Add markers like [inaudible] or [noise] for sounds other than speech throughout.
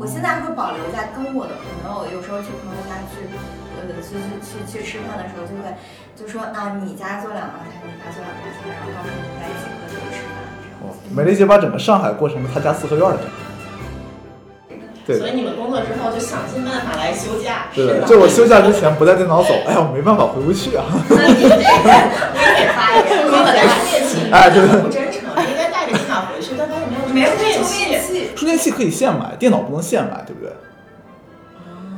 我现在会保留在跟我的朋友，有时候去朋友家去，呃，去去去去吃饭的时候，就会就说啊，你家做两道菜，你家做两道菜，然后到时候我们在一起喝酒吃饭，这样。哦美丽姐把整个上海过成了她家四合院儿的感觉。对所以你们工作之后就想尽办法来休假，对是的，吧？就我休假之前不带电脑走，哎呀，我没办法回不去啊。那你这个我也得发言，我本来是电器，哎对不真诚，应该带着电脑回去，但发现没有没有电充器电。器，充电器可以现买，电脑不能现买，对不对？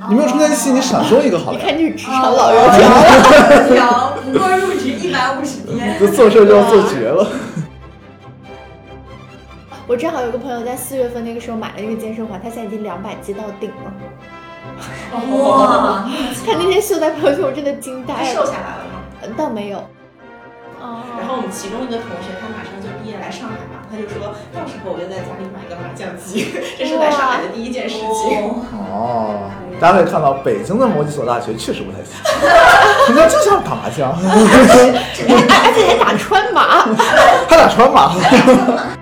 你没有充电器，你闪收一个好你了。看这职哦场老油条，老油条，不过入职一百五十天。这做事儿就要做绝了。我正好有个朋友在四月份那个时候买了一个健身环，他现在已经两百斤到顶了。 [laughs] 哇，他那天秀在朋友圈，我真的惊他呆瘦了，呃下来了吗？倒没有。然哦，后我们其中一个同学，他马上就毕业来上海嘛，他就说到时候我就在家里买一个麻将机，这是来上海的第一件事情。哦，大家可以看到，北京的某几所大学确实不太行，人家就想打麻将，而且还打川麻，还打川麻。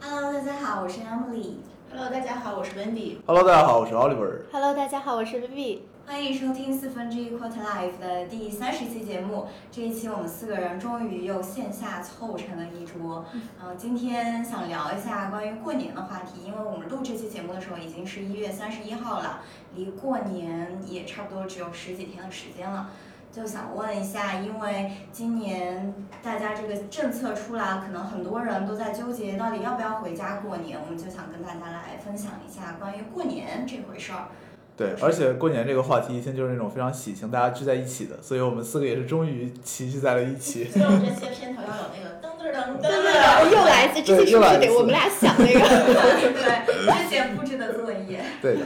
Hello，大家好，我是 Emily， Hello，大家好，我是 Wendy。 Hello，大家好，我是 Oliver。 Hello，大家好，我是 Vivi。欢迎收听四分之一 Quarter Life 的第三十期节目。这一期我们四个人终于又线下凑成了一桌。呃，今天想聊一下关于过年的话题，因为我们录这期节目的时候已经是一月三十一号了，离过年也差不多只有十几天的时间了。就想问一下，因为今年大家这个政策出来，可能很多人都在纠结到底要不要回家过年，我们就想跟大家来分享一下关于过年这回事儿。对，而且过年这个话题一听就是那种非常喜庆，大家聚在一起的，所以我们四个也是终于齐聚在了一起。所以我们这期的片头要有那个噔噔噔噔噔。哦又来一次，这期是不是得我们俩想那 [laughs] 个？ [laughs] 对，之前布置的作业。对的，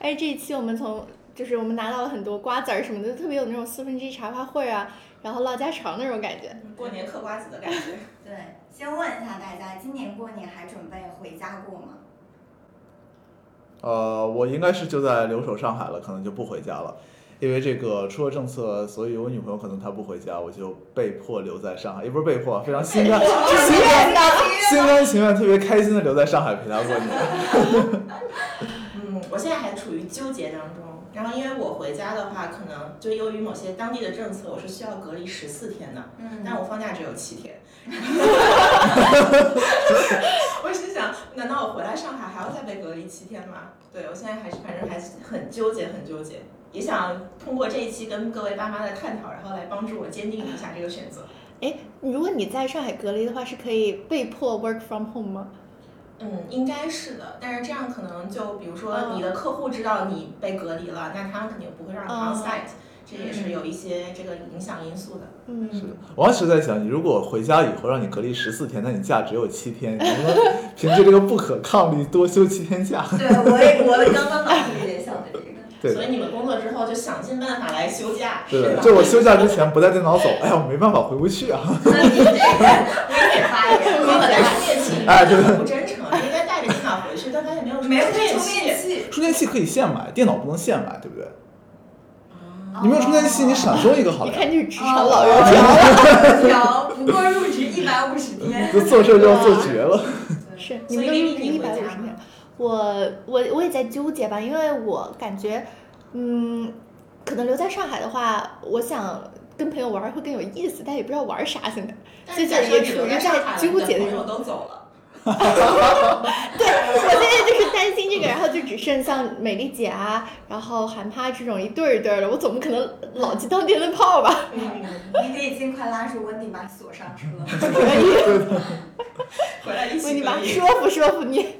哎，这一期我们从就是我们拿到了很多瓜子儿什么的，特别有那种四分之一茶话会啊，然后唠家常那种感觉。过年嗑瓜子的感觉。对，先问一下大家，今年过年还准备回家过吗？呃，我应该是就在留守上海了，可能就不回家了，因为这个出了政策，所以我女朋友可能她不回家，我就被迫留在上海，也不是被迫，非常心 [laughs] 甘心甘心甘情愿，特别开心的留在上海陪她过年。嗯，我现在还处于纠结当中。然后因为我回家的话，可能就由于某些当地的政策，我是需要隔离十四天的，嗯但我放假只有七天。我心想，难道我回来上海还要再被隔离七天吗？对我现在还是反正还是很纠结，很纠结。也想通过这一期跟各位爸妈的探讨，然后来帮助我坚定一下这个选择。如果你在上海隔离的话，是可以被迫 work from home 吗？嗯，应该是的，但是这样可能就比如说嗯你的客户知道你被隔离了，那他们肯定不会让你嗯 on site，、这也是有一些这个影响因素的。是的嗯，，我当时在想，你如果回家以后让你隔离十四天，那你假只有七天，你能不能 [laughs] 凭借这个不可抗力多休七天假？对，我也我也刚刚脑子里也想着这个。对所以你们工作之后就想尽办法来休假，对是的，啊吧？就我休假之前不带电脑走，哎呀，我没办法回不去啊。那你这个我也得发言，我我本来也是电 [laughs] 器，哎对很不真诚，应该带着电脑回去，但发现没有没有电充电器，充电器可以现买，电脑不能现买，对不对？哦你没有充电器，你闪收一个好你了呀。看这职场老油条。油条，不过入职一百五十天。就做事儿就要做绝了。是所你以们都你是你一回百五家吗十天。我我我也在纠结吧，因为我感觉，嗯，可能留在上海的话，我想跟朋友玩儿会更有意思，但也不知道玩儿啥现在。 [laughs] 但所以是就假设你是一个处留于在上海在了纠你的结的朋时友候。都走了，对，我现在就是担心这个，然后就只剩像美丽姐啊，然后韩趴这种一对儿一对儿的，我总不可能老去当电灯泡吧？嗯，你可以尽快拉住温迪把锁上车。回来一所以起你隔妈离。说服说服 [laughs] 你。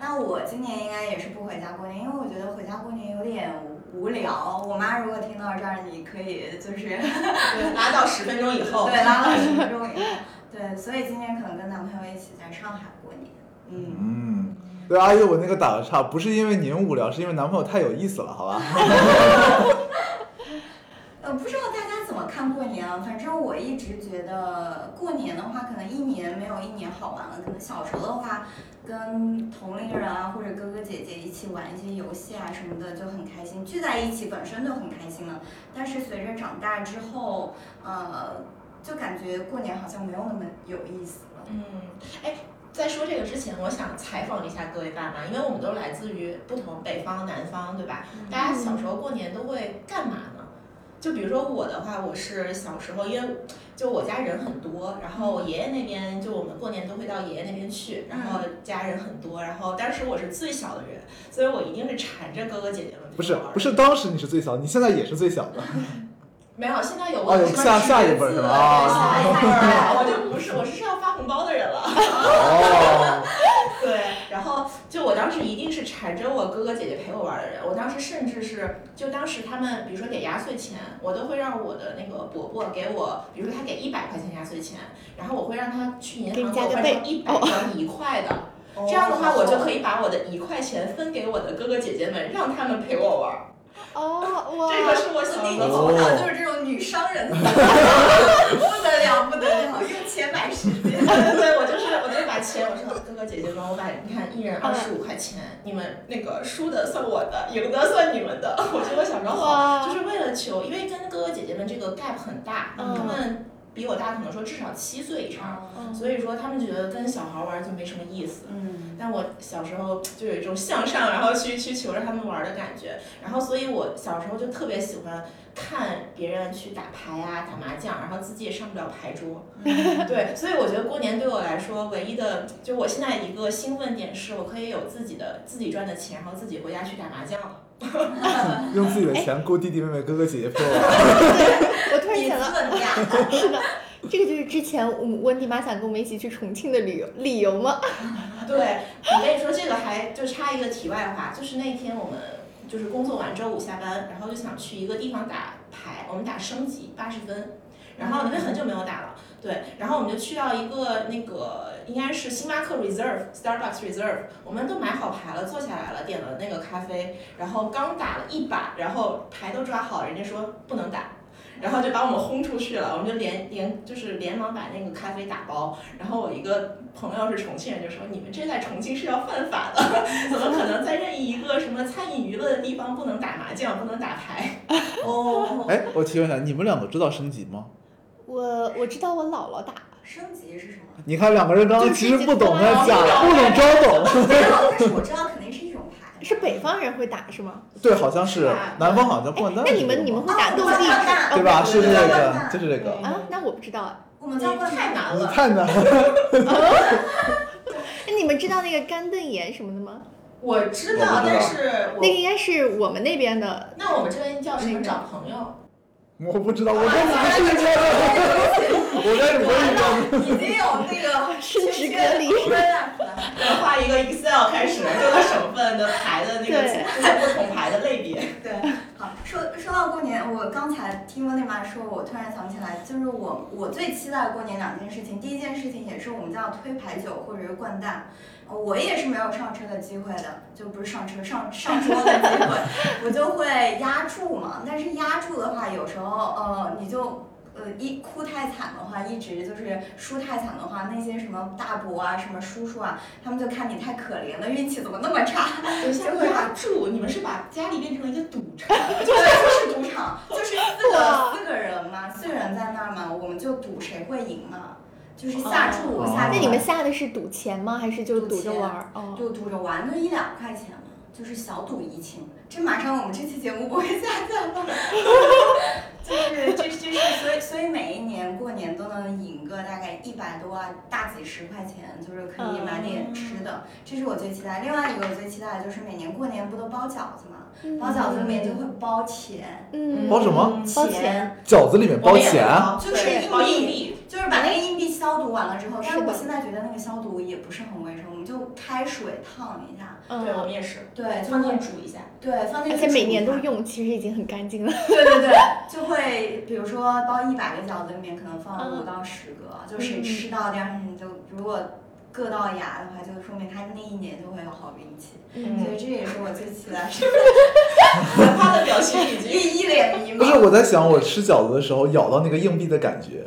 那我今年应该也是不回家过年，因为我觉得回家过年有点无聊。我妈如果听到这儿，你可以就是。对拉到十分钟以后，对， [laughs] 拉到十分钟以后，对，所以今年可能跟男朋友一起在上海过年。嗯，嗯，对，阿姨，我那个打个岔，不是因为您无聊，是因为男朋友太有意思了，好 [laughs] 吧？呃，不知道大家怎么看过年啊？反正我一直觉得过年的话，可能一年没有一年好玩了。可能小时候的话，跟同龄人啊或者哥哥姐姐一起玩一些游戏啊什么的就很开心，聚在一起本身就很开心了。但是随着长大之后，呃，就感觉过年好像没有那么有意思了。嗯，哎，在说这个之前，我想采访一下各位爸妈，因为我们都来自于不同北方、南方，对吧？大家嗯小时候过年都会干嘛呢？就比如说我的话，我是小时候，因为就我家人很多，然嗯后爷爷那边就我们过年都会到爷爷那边去，然嗯后家人很多，然后当时我是最小的人，所以我一定是缠着哥哥姐姐们不是玩儿不是，当时你是最小，你现在也是最小的。没有，现在有哦有下下一辈儿是吧啊下一辈啊 [laughs] 儿，我就不是，我是要发红包的人了。哦，对，然后就我当时一定是缠着我哥哥姐姐陪我玩儿的人，我当时甚至是就当时他们比如说给压岁钱，我都会让我的那个伯伯给我，比如说他给一百块钱压岁钱，然后我会让他去银给你行给加我个换倍哦成一百张一块的，哦这样的话我就可以把我的一块钱分给我的哥哥姐姐们，让他们陪我玩儿。哦，哇，这个是我小弟时弟候。从小就是这种女商人， [laughs] 不得了不得了，用钱买时间。 [laughs] 对，我就是我就是把钱，我说哥哥姐姐们，我把你看一人二十五块钱，你们那个输的算我的，赢的算你们的。 [laughs] 我觉得我小时候哇好，就是为了求，因为跟哥哥姐姐们这个 gap 很大，嗯他们比我大，可能说至少七岁以上，嗯所以说他们觉得跟小孩玩儿就没什么意思。嗯，但我小时候就有一种向上，然后去去求着他们玩儿的感觉。然后，所以我小时候就特别喜欢看别人去打牌啊、打麻将，然后自己也上不了牌桌。 [laughs] 对，所以我觉得过年对我来说唯一的，就我现在一个兴奋点是，我可以有自己的自己赚的钱，然后自己回家去打麻将了。用自己的钱雇弟弟妹妹哥哥姐姐陪我玩。我突然你想到，问呀，是的，这个就是之前我们温迪妈想跟我们一起去重庆的旅游理由吗？ [laughs] 对，我跟你说这个还就插一个题外话，就是那天我们就是工作完周五下班，然后就想去一个地方打牌，我们打升级八十分，然后因为很久没有打了，对，然后我们就去到一个那个应该是星巴克 Reserve、Starbucks Reserve，我们都买好牌了，坐下来了，点了那个咖啡，然后刚打了一把，然后牌都抓好，人家说不能打。然后就把我们轰出去了，我们就连连就是连忙把那个咖啡打包。然后我一个朋友是重庆人，就说你们这在重庆是要犯法的， [laughs] 怎么可能在任意一个什么餐饮娱乐的地方不能打麻将、不能打牌？ [laughs] 哦，哎，我提问一下，你们两个知道升级吗？我我知道我姥姥打，升级是什么？你看两个人刚刚其实不懂在就是假，不懂装懂。没有，但是我知道肯定是一种牌。是北方人会打是吗？对，好像是是吧南方好像哎掼蛋。那你们你们会打斗哦地掼主蛋对吧？是这对个，对对就是这个。啊？那我不知道啊。我们叫过太难你了。太难了，哎你们知道那个干瞪眼什么的吗？我知道，但是那个我应该是我们那边 [laughs] 的。那我们这边叫什么找朋友？我不知道，我根本不是一个人，我根本不是一个人。已经有那个生殖隔离圈了是吧要画一个 Excel 开始，各个省份的牌的那个对就是不同牌的类别。对，好，说说到过年，我刚才听温丽妈说，我突然想起来，就是我我最期待过年两件事情，第一件事情也是我们叫推牌九或者是掼蛋，呃我也是没有上车的机会的，就不是上车上上桌的机会，我就会压住嘛，但是压住的话，有时候呃你就。呃，一哭太惨的话，一直就是输太惨的话，那些什么大伯啊、什么叔叔啊，他们就看你太可怜了，运气怎么那么差，等一下就，会压住！你们是把家里变成了一个赌场， [laughs] 对，就是赌 [laughs] 场，就是四哇个四个人嘛，四个人在那儿嘛，我们就赌谁会赢嘛，就是下注、哦下注，那你们下的是赌钱吗？还是就赌着玩儿？哦，就赌着玩，就一两块钱嘛，就是小赌怡情。这马上我们这期节目不会下架吧？就是这这是所以所以每一年过年都能赢个大概一百多啊，大几十块钱，就是可以买点吃的，嗯这是我最期待。另外一个我最期待的就是每年过年不都包饺子嘛，包饺子里面就会包钱，嗯，包什么包钱。饺子里面包钱，就是对硬包币硬币，就是把那个硬币消毒完了之后，但是是的我现在觉得那个消毒也不是很卫生，我们就开水烫一下，对我嗯，们也是，对，就放进会煮一下。对放进而去且每年都 [laughs] 煮一下，用，其实已经很干净了。对对对，就会比如说包一百个饺子里面可能放五到十个，就谁嗯吃到第二天你就如果硌到牙的话，就说明他那一年就会有好运气，嗯所以这也是我最期待的，他的表情已经 [laughs] 一一脸迷茫，不是我在想，我吃饺子的时候咬到那个硬币的感觉，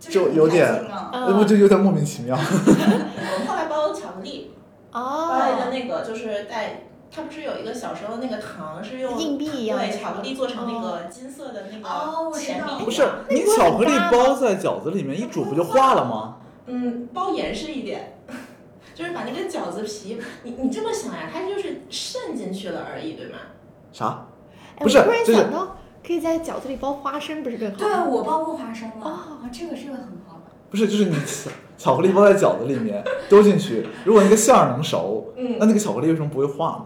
就是很就有点开心啊嗯我就有点莫名其妙。我们后来包巧克力，哦包了一个那个就是带它不是有一个小时候那个糖是嗯用硬币一样哎对的巧克力做成那个金色的那哦我个知钱币道嘛，不是 [laughs] 你不是巧克力很大吗包在饺子里面一煮不就化了吗？嗯，包严实一点， [laughs] 就是把那个饺子皮，你你这么想呀，它就是渗进去了而已，对吗？啥？哎，不是我突然就是想到，可以在饺子里包花生，不是更好？对，我包过花生了。哦啊，这个这个很好。不是，就是你巧巧克力包在饺子里面丢进去， [laughs] 如果那个馅儿能熟，那嗯，那个巧克力为什么不会化呢？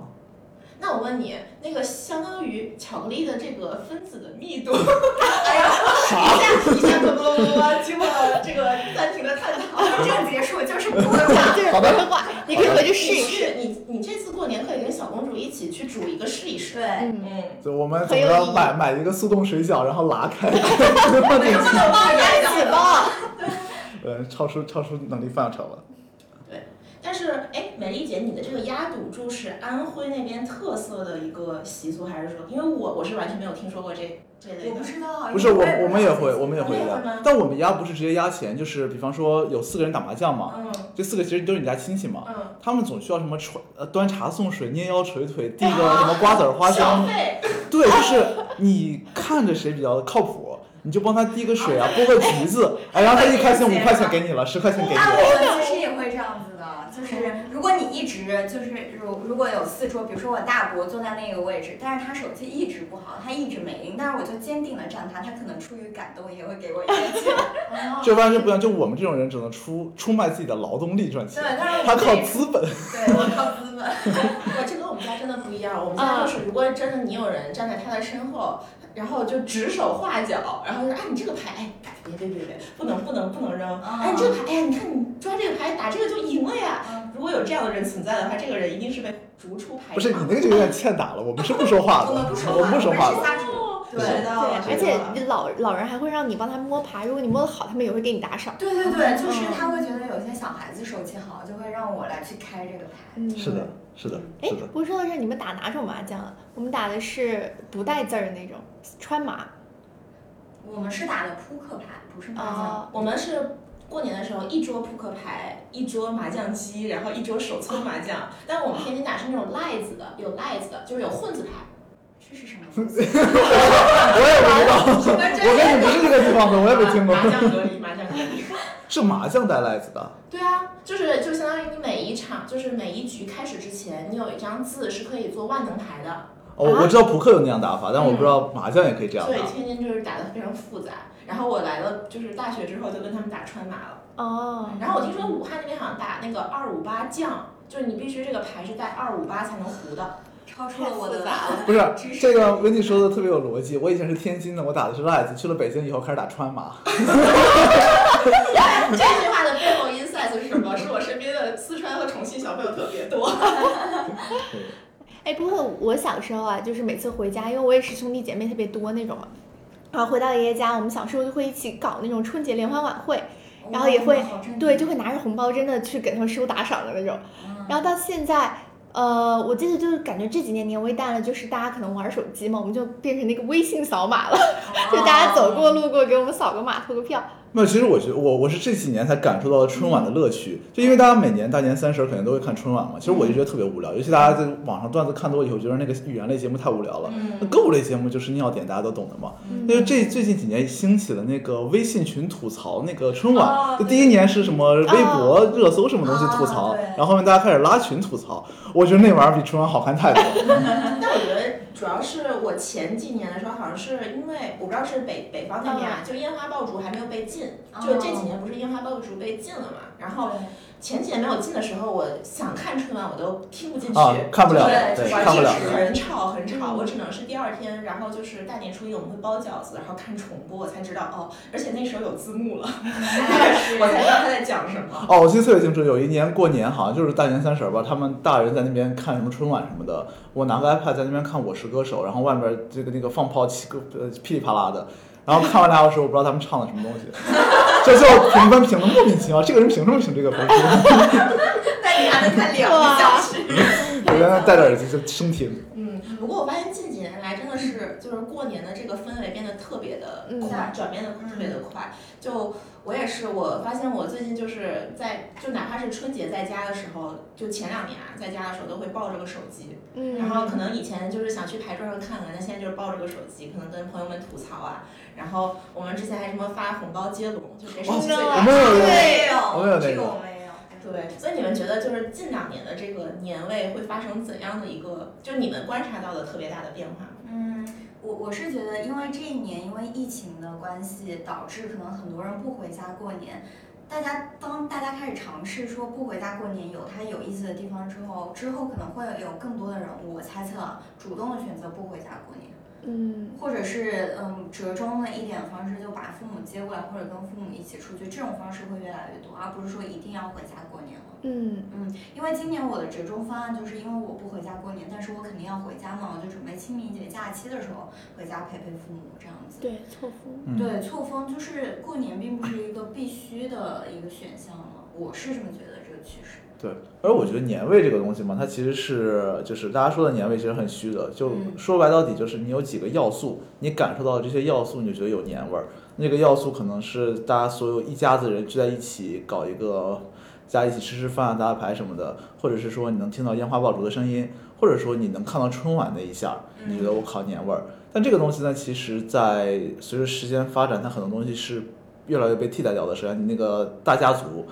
那我问你，那个相当于巧克力的这个分子的密度， [laughs] 哎啥？一下子啵啵啵经过这个暂停的探讨。这个结束就是不会 [laughs] 化。就是好不的会化，你可以回去试你一试。去，你你这次过年可以跟小公主一起去煮一个试一试。对，嗯，嗯，就我们怎很有么意着义买买一个速冻水饺，然后拉开，放进去，能包在起 [laughs] 包。呃，超出超出能力范畴了。但是哎，美丽姐，你的这个压赌注是安徽那边特色的一个习俗，还是说，因为我我是完全没有听说过这这类我的不。知道，啊不是因我为也，我们知也道会，这我们也些会你也压会吗，但我们压不是直接压钱，就是比方说有四个人打麻将嘛，嗯这四个其实都是你家亲戚嘛，嗯，他们总需要什么捶呃端茶送水、捏腰捶腿、递个什么瓜子儿花消生，费对， [laughs] 就是你看着谁比较靠谱，你就帮他递个水啊，剥个橘子，哎，然后他一开心，五块钱给你了，十块钱给你啊，了，我们其实也会这样子的，就是如果你一直就是如如果有四桌，比如说我大伯坐在那个位置，但是他手气一直不好，他一直没赢，但是我就坚定的站他，他可能出于感动也会给我一些 [laughs] 钱。哦这完全不一样，就我们这种人只能出出卖自己的劳动力赚对钱，，但是他我靠对资本，对我靠资本。我这跟我们家真的不一样，我们家就是，如果真的你有人站在他的身后，然后就指手画脚，然后说啊，你这个牌，哎，别别别别，不能不能不能扔，嗯啊哎，你这个牌，哎呀，你看你抓这个牌打这个就赢了呀。嗯如果有这样的人存在的话，这个人一定是被逐出牌。啊不是你那个就有点欠打了，我们是不说话的，我们不说话我们不说话嗯我们的，是仨主哦对学到了，对，而学且到了你老老人还会让你帮他摸牌，如果你摸得好，他们也会给你打赏。对对对，就是嗯他会觉得有些小孩子手气好，就会让我来去开这个牌。嗯，是的，是的，哎是的，，不是说到这，你们打哪种麻将啊？我们打的是不带字儿的那种，川麻。我们是打的扑克牌，不是麻将。啊、呃我们是过年的时候，一桌扑克牌，一桌麻将机，然后一桌手搓麻 [laughs] 将。但我们天津打是那种赖子的，有赖子 [laughs] 的，就是有混子牌。这是什么东西？我也不知道，我我跟你不是这个地方的，我也没听过麻，麻将隔离，麻将隔离。是麻将带赖子的。对啊，就是就相当于你每一场，就是每一局开始之前，你有一张字是可以做万能牌的。哦，我啊我知道扑克有那样打法，但我不知道麻将也可以这样所以打。天津就是打的非常复杂。然后我来了，就是大学之后就跟他们打川麻了。哦，然后我听说武汉那边好像打那个二五八将，就是你必须这个牌是带二五八才能胡的。 [laughs] 超出了我太复的杂了不是知识这个温蒂说的特别有逻辑。我以前是天津的，我打的是赖子，去了北京以后开始打川麻。这句话的背后 insight 是什么？是我身边的四川和重庆小朋友特别 [laughs] 多。哎，不过我小时候啊，就是每次回家，因为我也是兄弟姐妹特别多那种嘛，然后回到爷爷家，我们小时候就会一起搞那种春节联欢晚会，然后也会嗯对，就会拿着红包真的去给他们收打赏的那种。后然后到现在，呃，我记得就是感觉这几年年味淡了，就是大家可能玩手机嘛，我们就变成那个微信扫码了，啊 [laughs] 就大家走过路过给我们扫个码投个票。没有，其实我觉得我我是这几年才感受到了春晚的乐趣，就因为大家每年大年三十儿肯定都会看春晚嘛。其实我就觉得特别无聊，尤其大家在网上段子看多以后，觉得那个语言类节目太无聊了。那嗯，歌舞类节目就是尿点，大家都懂的嘛。嗯那就这最近几年兴起了那个微信群吐槽那个春晚，哦就第一年是什么微博热搜什么东西吐槽，啊对然后后面大家开始拉群吐槽，我觉得那玩意儿比春晚好看太多了。但我觉得主要是我前几年的时候，好像是因为我不知道是北北方那边啊，就烟花爆竹还没有被禁，就这几年不是烟花爆竹被禁了嘛，然后。前几年没有进的时候，我想看春晚我都听不进去，啊看不了就是对完看不了全是很吵很吵。我只能是第二天，然后就是大年初一我们会包饺子，然后看重播，我才知道哦，而且那时候有字幕了，嗯 [laughs] 我才知道他在讲什么。哦，我记得特别清楚，有一年过年好像就是大年三十儿吧，他们大人在那边看什么春晚什么的，我拿个 iPad 在那边看《我是歌手》，然后外面这个那个放炮起个呃噼里啪啦的，然后看完俩小时，我不知道他们唱的什么东西，这就评分评的莫名其妙，这个人凭什么评这个分数？ [laughs] 但你还能看两个小时。我原来戴着耳机就生听。嗯，嗯，不过我发现近几年来真的是，就是过年的这个氛围变得特别的快，转变的特别的快。就我也是，我发现我最近就是在，就哪怕是春节在家的时候，就前两年啊，在家的时候都会抱着个手机，嗯，然后可能以前就是想去牌桌上看看，那现在就是抱着个手机，可能跟朋友们吐槽啊。然后我们之前还什么发红包接龙，就哦谁手机最我大。们有没有，我有那个这个我没有。对，所以你们觉得就是近两年的这个年味会发生怎样的一个，就你们观察到的特别大的变化？嗯，我我是觉得，因为这一年因为疫情的关系，导致可能很多人不回家过年。大家当大家开始尝试说不回家过年有它有意思的地方之后，之后可能会有更多的人，我猜测啊主动的选择不回家过年，嗯或者是嗯折中的一点方式，就把父母接过来或者跟父母一起出去，这种方式会越来越多，而不是说一定要回家过年了。嗯嗯，因为今年我的折中方案就是因为我不回家过年，但是我肯定要回家嘛，我就准备清明节假期的时候回家陪陪父母这样子。对错峰，嗯对，错峰就是过年并不是一个必须的一个选项了，我是这么觉得这个趋势。而我觉得年味这个东西嘛，它其实是就是大家说的年味其实很虚的，就嗯说白到底就是你有几个要素，你感受到的这些要素，你就觉得有年味儿。那个要素可能是大家所有一家子人聚在一起搞一个，大家一起吃吃饭、啊打打牌什么的，或者是说你能听到烟花爆竹的声音，或者说你能看到春晚那一下，嗯你觉得我靠年味儿。但这个东西呢，其实在随着时间发展，它很多东西是越来越被替代掉的。实际上，你那个大家族，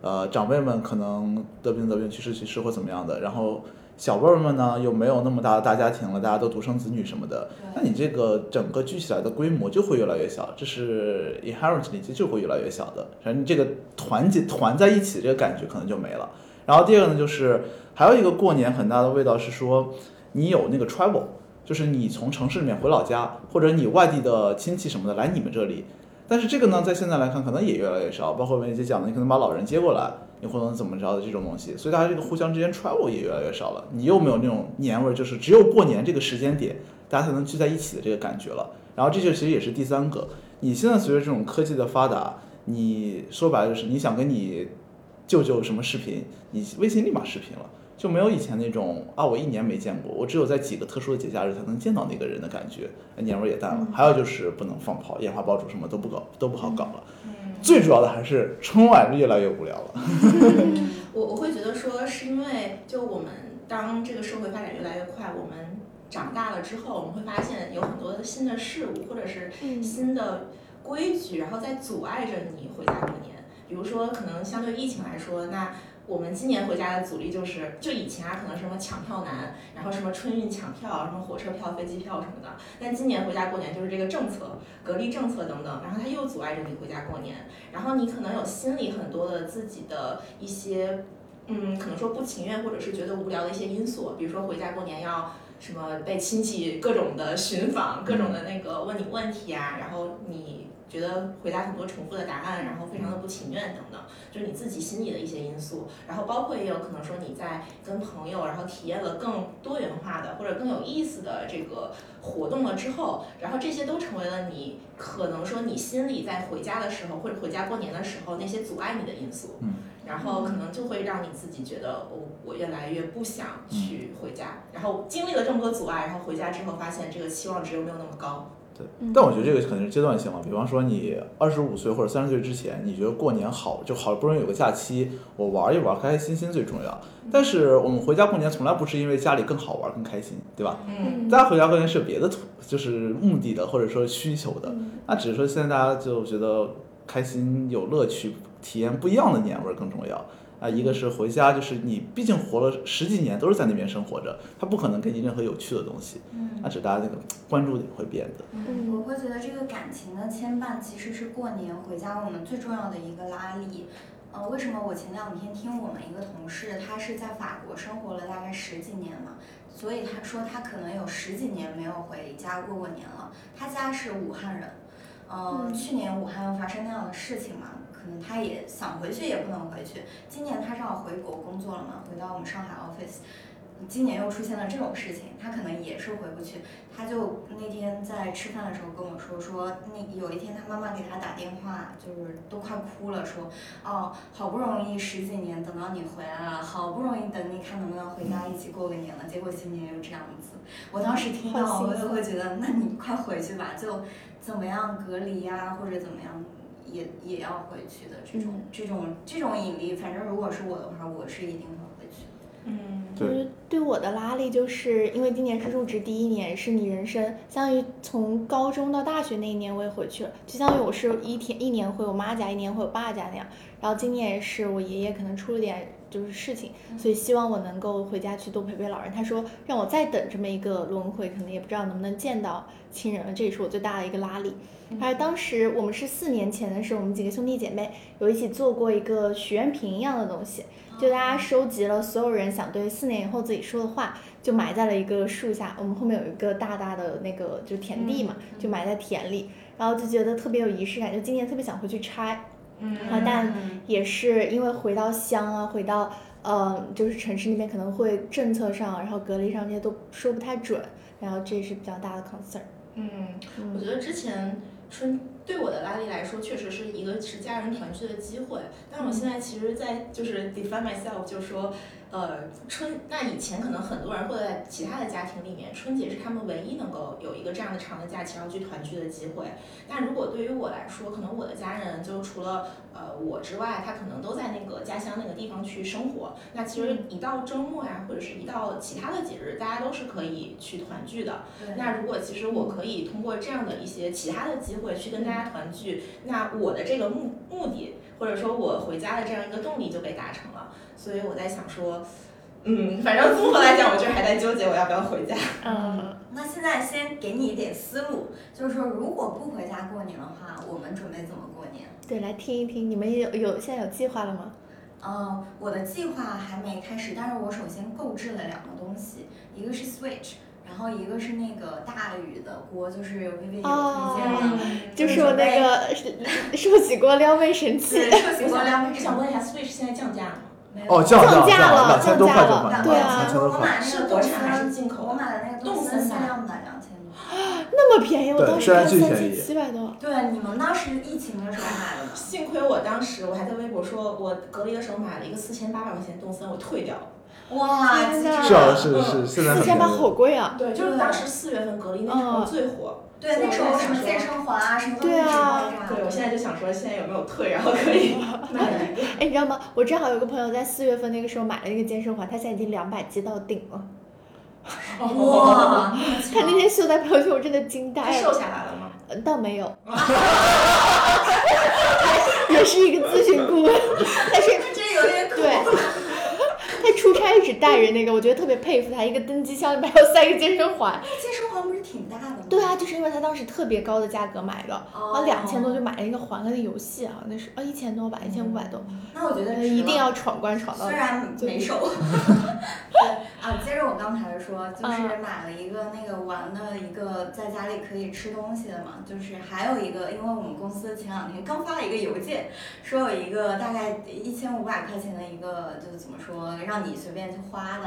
呃，长辈们可能得病得病，去世去世或怎么样的，然后小辈儿们呢又没有那么大的大家庭了，大家都独生子女什么的，那对，你这个整个聚起来的规模就会越来越小，这是 inherently 就就会越来越小的。反正这个团结团在一起这个感觉可能就没了。然后第二个呢，就是还有一个过年很大的味道是说，你有那个 travel，就是你从城市里面回老家，或者你外地的亲戚什么的来你们这里。但是这个呢，在现在来看，可能也越来越少。包括梅姐讲的，你可能把老人接过来，你或者怎么着的这种东西，所以大家这个互相之间 travel 也越来越少了。你又没有那种年味儿，就是只有过年这个时间点，大家才能聚在一起的这个感觉了。然后这就其实也是第三个，你现在随着这种科技的发达，你说白了就是你想跟你舅舅什么视频，你微信立马视频了，就没有以前那种啊我一年没见过，我只有在几个特殊的节假日才能见到那个人的感觉，哎年味儿也淡了。还有就是不能放炮，烟花爆竹什么都不搞都不好搞了。最主要的还是春晚越来越无聊了。嗯，我我会觉得说，是因为就我们当这个社会发展越来越快，我们长大了之后，我们会发现有很多的新的事物或者是嗯新的规矩，然后在阻碍着你回家过年。比如说，可能相对疫情来说，那我们今年回家的阻力就是，就以前啊，可能什么抢票难，然后什么春运抢票，什么火车票、飞机票什么的。但今年回家过年就是这个政策、隔离政策等等，然后它又阻碍着你回家过年。然后你可能有心里很多的自己的一些，嗯，可能说不情愿或者是觉得无聊的一些因素，比如说回家过年要什么被亲戚各种的寻访，各种的那个问你问题啊，然后你觉得回答很多重复的答案，然后非常的不情愿等等，就是你自己心里的一些因素。然后包括也有可能说你在跟朋友，然后体验了更多元化的或者更有意思的这个活动了之后，然后这些都成为了你可能说你心里在回家的时候或者回家过年的时候那些阻碍你的因素，嗯然后可能就会让你自己觉得我、我越来越不想去回家，然后经历了这么多阻碍，然后回家之后发现这个期望值又没有那么高，但我觉得这个可能是阶段性了。啊比方说，你二十五岁或者三十岁之前，你觉得过年好，就好不容易有个假期，我玩一玩，开开心心最重要。但是我们回家过年从来不是因为家里更好玩、更开心，对吧？嗯，大家回家过年是有别的图，就是目的的，或者说需求的。嗯那只是说现在大家就觉得开心、有乐趣、体验不一样的年味儿更重要。啊，一个是回家，就是你毕竟活了十几年都是在那边生活着，他不可能给你任何有趣的东西。嗯那只是大家那个关注点会变的。嗯我会觉得这个感情的牵绊其实是过年回家我们最重要的一个拉力。呃，为什么我前两天听我们一个同事，他是在法国生活了大概十几年嘛，所以他说他可能有十几年没有回家过过年了。他家是武汉人，呃，嗯去年武汉发生那样的事情嘛，可能他也想回去也不能回去。今年他正好回国工作了嘛，回到我们上海 office。今年又出现了这种事情，他可能也是回不去。他就那天在吃饭的时候跟我说，说那有一天他妈妈给他打电话，就是都快哭了，说哦，好不容易十几年等到你回来了，好不容易等你看能不能回家一起过个年了，结果今年又这样子。我当时听好到心我酸也会觉得，那你快回去吧，就怎么样隔离呀、或者怎么样。也也要回去的这种、嗯这种这种引力，反正如果是我的话，我是一定会回去的。嗯，就对是对我的拉力，就是因为今年是入职第一年，是你人生相当于从高中到大学那一年我也回去了，就相当于我是一天一年回我妈家，一年回我爸家那样。然后今年也是我爷爷可能出了点就是事情，所以希望我能够回家去多陪陪老人。他说让我再等这么一个轮回，可能也不知道能不能见到亲人了，这也是我最大的一个拉力。而当时我们是四年前的时候，我们几个兄弟姐妹有一起做过一个许愿瓶一样的东西，就大嗯家收集了所有人想对四年以后自己说的话，就埋在了一个树下。我们后面有一个大大的那个就田地嘛，就埋在田里，然后就觉得特别有仪式感，就今年特别想回去拆。嗯好但也是因为回到乡啊，回到呃就是城市那边可能会政策上，然后隔离上这些都说不太准，然后这是比较大的 concern。嗯，我嗯觉得之前春对我的拉力来说，确实是一个是家人团聚的机会。但我现在其实，在就是 define myself，就是说，呃，春那以前可能很多人会在其他的家庭里面，春节是他们唯一能够有一个这样的长的假期要去团聚的机会。但如果对于我来说，可能我的家人就除了呃我之外，他可能都在那个家乡那个地方去生活。那其实一到周末呀、或者是一到其他的节日，大家都是可以去团聚的。对那如果其实我可以通过这样的一些其他的机会去跟大家团聚，那我的这个目目的，或者说我回家的这样一个动力就被达成了。所以我在想说，嗯，反正综合来讲，我就还在纠结我要不要回家。嗯，那现在先给你一点思路，就是说，如果不回家过年的话，我们准备怎么过年？对，来听一听，你们有有现在有计划了吗？嗯，我的计划还没开始，但是我首先购置了两个东西，一个是 Switch，然后一个是那个大宇的锅，就是 Vivi 有推荐的，哦就就是我准备那个 [laughs] 是寿喜锅撩妹神器，对，特喜我锅想料我想问一下，Switch 现在降价了吗？没有哦，降降价价了两千多块就降价了买了，对啊两千多我块。买那是个国冻产还是森，进口我的？买的那个冻冻森森限吧量版两千多。那么便宜，我对当时虽然看巨三便千宜七百多。对，你们当时疫情的时候买的吗？幸亏我当时我还在微博说，我隔离的时候买了一个四千八百块钱冻森，我退掉了。哇，天机哪智是啊，了！是是，现在四很千便八宜。好贵啊！对，哦就是当时四月份隔离那时候嗯最火。对，那时候什么健身环啊，什么都一对直啊爆炸。对，我现在就想说，现在有没有退，然后可以买一个。哎，你知道吗？我正好有个朋友在四月份那个时候买了一个健身环，他现在已经两百接到顶了。 [laughs] 哇，他那天秀在朋友圈，我真的惊他呆瘦了。下来了吗？呃倒没有，也是一个咨询顾问，但是那这有点对，他出差一直带着那个，我觉得特别佩服他，一个登机箱里面还有三个健身环。健身环不是挺大的吗？哦对，啊，就是因为他当时特别高的价格买的，然后两千多。就买了一个环和那游戏啊，那是啊一千多吧，一千五百多，那我觉得值呃一定了。要闯关闯到嗯虽。然没瘦， [laughs] [laughs] 对啊，接着我刚才说，嗯就是买了一个那个玩的一个在家里可以吃东西的嘛，就是还有一个，因为我们公司前两天刚发了一个邮件，说有一个大概一千五百块钱的一个，就是怎么说，让你随便去花的，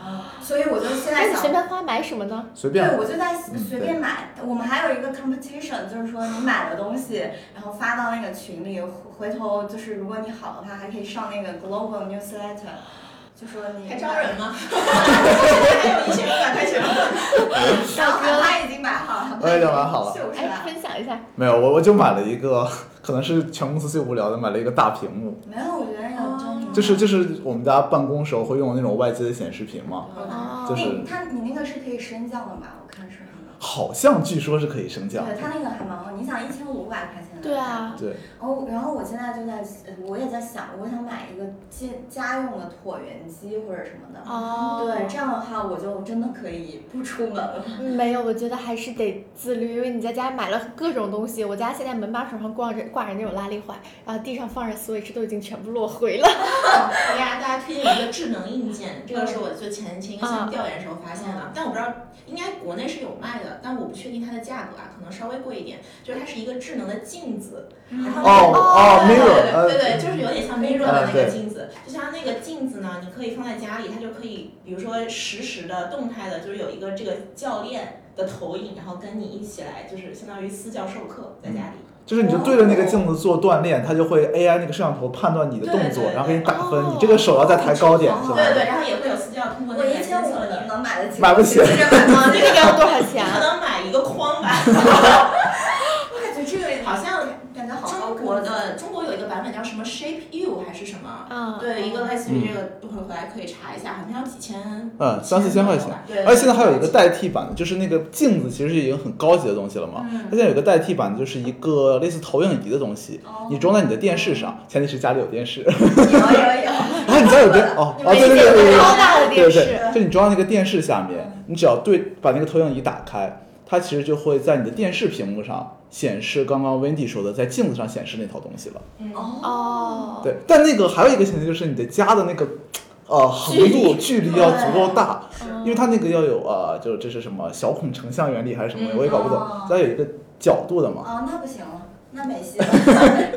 啊，所以我就现那在你想随便花买什么呢？随便对，我就在嗯随便买。我们还有一个 competition，就是说你买了东西，然后发到那个群里，回回头就是如果你好的话，还可以上那个 global newsletter，就说你 [laughs] 还招人吗？ [laughs] 还有一千五百块钱 [laughs] 吗？然后他已经买好了，我也就买好了秀出哎，来。分享一下。没有，我我就买了一个， [laughs] 可能是全公司最无聊的，买了一个大屏幕，没有，我觉得有哦真的就是就是我们大家办公时候会用的那种外接的显示屏嘛，嗯哦就是那他你那个是可以升降的吧？我看是很好。好像据说是可以升降。对他那个还蛮好，你想一千五百块钱的，对啊，对，哦，然后我现在就在，呃我也在想，我想买一个家家用的椭圆机或者什么的，哦，对，这样的话我就真的可以不出门了。嗯没有，我觉得还是得自律，因为你在家买了各种东西。我家现在门把手上挂着挂着那种拉力环，然后地上放着 Switch，都已经全部落灰 [laughs] 了。给大家大家推荐一个嗯智能硬件，这个是我就前前一个项目调研时候发现的，但我不知道应该国内是有卖的，的，但我不确定它的价格啊，可能稍微贵一点。就是它是一个智能的镜子，嗯然后哦哦对，mirror，呃对对对，就是有点像 mirror 的那对个镜子，就像那个镜子呢，你可以放在家里，它就可以，比如说实时的、动态的，就是有一个这个教练的投影，然后跟你一起来，就是相当于私教授课在家里。就是你就对着那个镜子做锻炼，它就会 AI 那个摄像头判断你的动作，对对对然后给你打分，哦你这个手要再抬高点，是吧？对对，然后也会有私教通过那我个一来千监五测你。能买得起，买不起我直接买吗？这个要多少钱你 [laughs] 可啊？能买一个框吧， [laughs] 我感觉这个好像感觉好高中国的中国有一个版本叫什么 Shape You 还是什么？嗯，对，一个类似于这个，一会儿回来可以查一下，好像要几千，嗯，三四千块钱。吧。对，而且现在还有一个代替版的，就是那个镜子，其实已经很高级的东西了嘛。嗯它现在有个代替版的，就是一个类似投影仪的东西，哦你装在你的电视上，前提是家里有电视。有有有，啊，你家有电哦哦，对对对对对，超大的对电对视，，就你装到那个电视下面，你只要对把那个投影仪打开，它其实就会在你的电视屏幕上显示刚刚 Wendy 说的在镜子上显示那套东西了。嗯，哦，对，但那个还有一个前提就是你的家的那个呃横度距离要足够大，嗯因为它那个要有呃，就这是什么小孔成像原理还是什么，嗯我也搞不懂哦，它有一个角度的嘛。哦，那不行了，那没戏 [laughs] 了，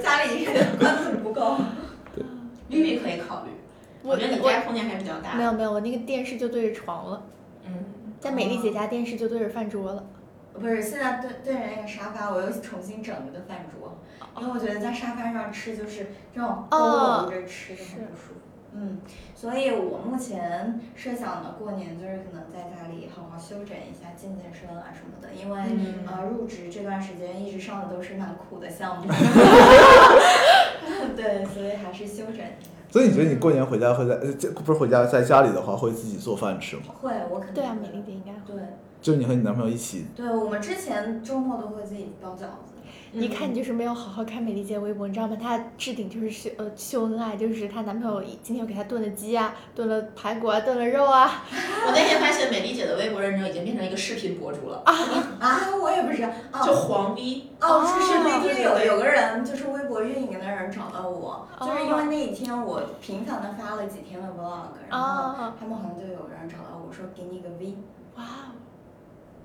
家里关注不够。绿绿可以考虑，我我觉得你家空间还是比较大没的。有没有，我那个电视就对着床了，嗯，在美哦丽姐家电视就对着饭桌了。不是，现在对对着那个沙发，我又重新整了一个饭桌，因为我觉得在沙发上吃就是这种哦都搂着吃就很不舒服。嗯，所以我目前设想的过年就是可能在家里好好休整一下，健健身啊什么的，因为、嗯呃入职这段时间一直上的都是蛮苦的项目， [laughs] 对，所以还是休整一下。所以你觉得你过年回家会在呃，这不是回家在家里的话会自己做饭吃吗？会，我嗯肯定对啊，会美丽姐应该会。对就是你和你男朋友一起，对，我们之前周末都会自己包饺 [laughs] 子。嗯一嗯看你就是没有好好看美丽姐微博，你知道吗？她置顶就是秀呃秀恩爱，就是她男朋友今天又给她炖了鸡啊，炖了排骨啊，炖了肉啊，我那天发现美丽姐的微博认证已经变成一个视频博主了，啊，我也不知道，哦就黄逼，哦，是是哦那天有有个人就是微博运营的人找到我，就是因为哦那一天我频繁的发了几天的 vlog，然后哦他们好像就有人找到我说给你个 V，哇哦！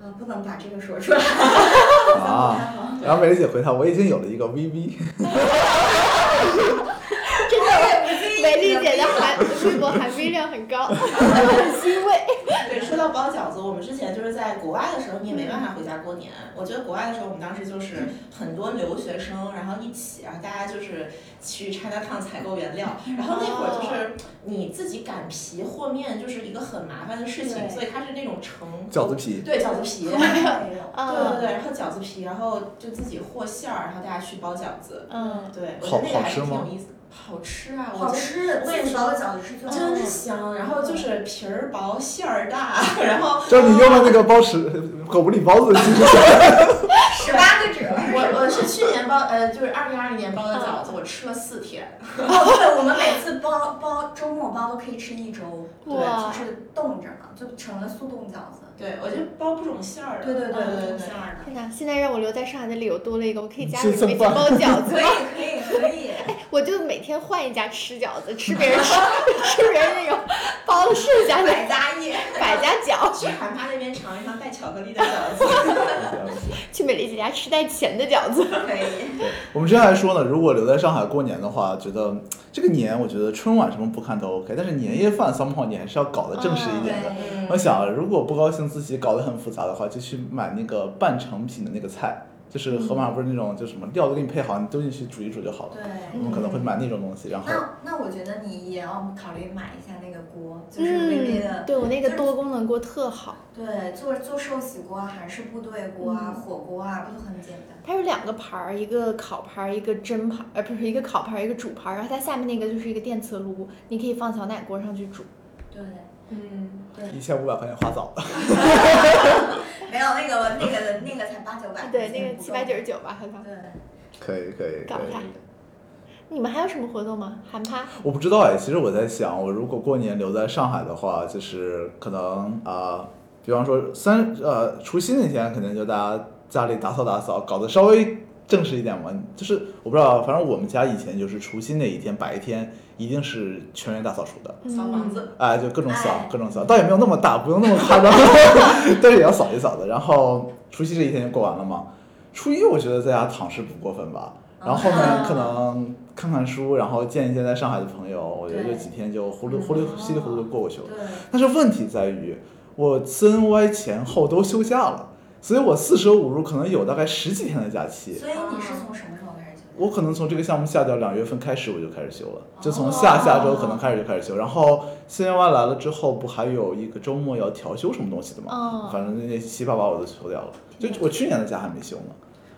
呃，不能把这个说出来，啊不太 [laughs] 好。然后美丽姐回他，我已经有了一个 VV。真的，美丽姐的的含微博含金量很高，很欣慰。对，说到包饺子，我们之前就是在国外的时候，你也没办法回家过年。嗯我觉得国外的时候，我们当时就是很多留学生，然后一起，然后大家就是去 China Town 采购原料，嗯然后那会儿哦就是你自己擀皮和面，就是一个很麻烦的事情，对所以它是那种成 [laughs] 饺子皮对饺子皮。没有对对 [laughs] 嗯对，然后饺子皮，然后就自己和馅儿，然后大家去包饺子。嗯，对，我好觉得那个还好吃是挺吗有意思。好吃啊！我嗯好真吃的，我跟自你己说包的饺子是最好真吃。香，然后就是皮儿薄馅儿大， [laughs] 然后就是你用了那个包食狗不理包子的技术， [laughs] 十八个褶儿。我我是嗯去年包呃就是二零二零年包的饺子，我吃了四天，哦，对，我们每次包包周末包都可以吃一周，对就，哇是冻着嘛，就成了速冻饺子。对我就包不种馅儿的，嗯对对对对对冻馅儿的。天哪！现在让我留在上海的理由多了一个，我可以家里去蹭每天饭包饺子 [laughs] 可以，可以，可以。我就每天换一家吃饺子，吃别人 [laughs] 吃吃别人那种包了剩下的百家宴。百家饺，去韩妈那边尝一尝带巧克力的饺 [laughs] 子，去美丽姐家吃带钱的饺子。可以，我们之前还说呢，如果留在上海过年的话，觉得嗯这个年我觉得春晚什么不看都 OK，但是年夜饭 somehow 你还是要搞得正式一哦点的。对，我想，如果不高兴自己搞得很复杂的话，就去买那个半成品的那个菜，就是盒马不是那种就什么料都给你配好，你丢进去煮一煮就好了。我对。们可能会买那种东西，然后那那我觉得你也要考虑买一下那个锅，就是微微嗯，的，对我那个多功能锅特好，嗯对，做做寿喜锅啊、韩式部队锅啊、火锅啊，不都很简单？它有两个盘儿，一个烤盘儿，一个蒸盘儿，呃，不是一个烤盘儿，一个煮盘儿，然后它下面那个就是一个电磁炉，你可以放小奶锅上去煮。对，嗯， [laughs] 一千五百块钱花早了。没有那个那个那个才八九百，对，那个七百九十。十九吧，好像。对，可以可以搞可以一下。你们还有什么活动吗？韩趴？我不知道哎，其实我在想，我如果过年留在上海的话，就是可能啊、呃比方说三呃除夕那天，肯定就大家家里打扫打扫，搞得稍微正式一点嘛，就是我不知道，反正我们家以前就是除夕那一天白天一定是全员大扫除的，扫房子，哎，就各种扫哎，各种扫，倒也没有那么大，不用那么 [laughs] 夸张，但是也要扫一扫的。然后除夕这一天就过完了嘛，初一我觉得在家躺是不过分吧，然后后嗯面可能看看书，然后见一见在上海的朋友，我觉得这对嗯几天就糊里糊里稀里糊涂就过过去了。对，但是问题在于，我 CNY 前后都休假了，所以我四舍五入可能有大概十几天的假期。所以你是从什么时候开始就？我可能从这个项目下掉两月份开始我就开始休了，哦就从下下周可能开始就开始休。然后 CNY 来了之后，不还有一个周末要调休什么东西的吗？哦反正那七八八我都休掉了，就我去年的假还没休呢，嗯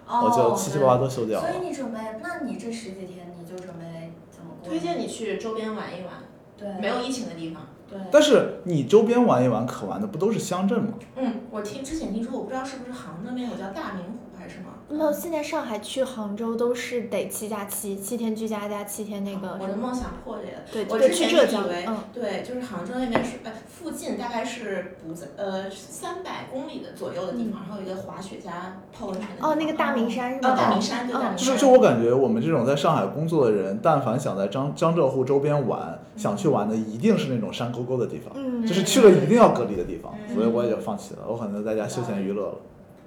哦我就七七八八都休对掉了所。以你准备，那你这十几天你就准备怎么过？推荐你去周边玩一玩，对没有疫情的地方。对，但是你周边玩一玩可玩的不都是乡镇吗？嗯，我听之前听说，我不知道是不是杭州那边有叫大明湖还是什么。没有，现在上海去杭州都是得七加七，七天居家加七天那个啊我什的么，梦想破裂了。对，我对，之去前浙以江，为嗯，对，就是杭州那边是呃附近大概是不在呃三百公里的左右的地方，然后有一个滑雪加泡温泉的地方嗯哦，那个大明山是哦吧？大明山对大明山，就是就我感觉，我们这种在上海工作的人，但凡想在江江浙沪周边玩，想去玩的一定是那种山沟沟的地方，嗯，就是去了一定要隔离的地方，嗯所以我也就放弃了，我可能在家休闲娱乐了。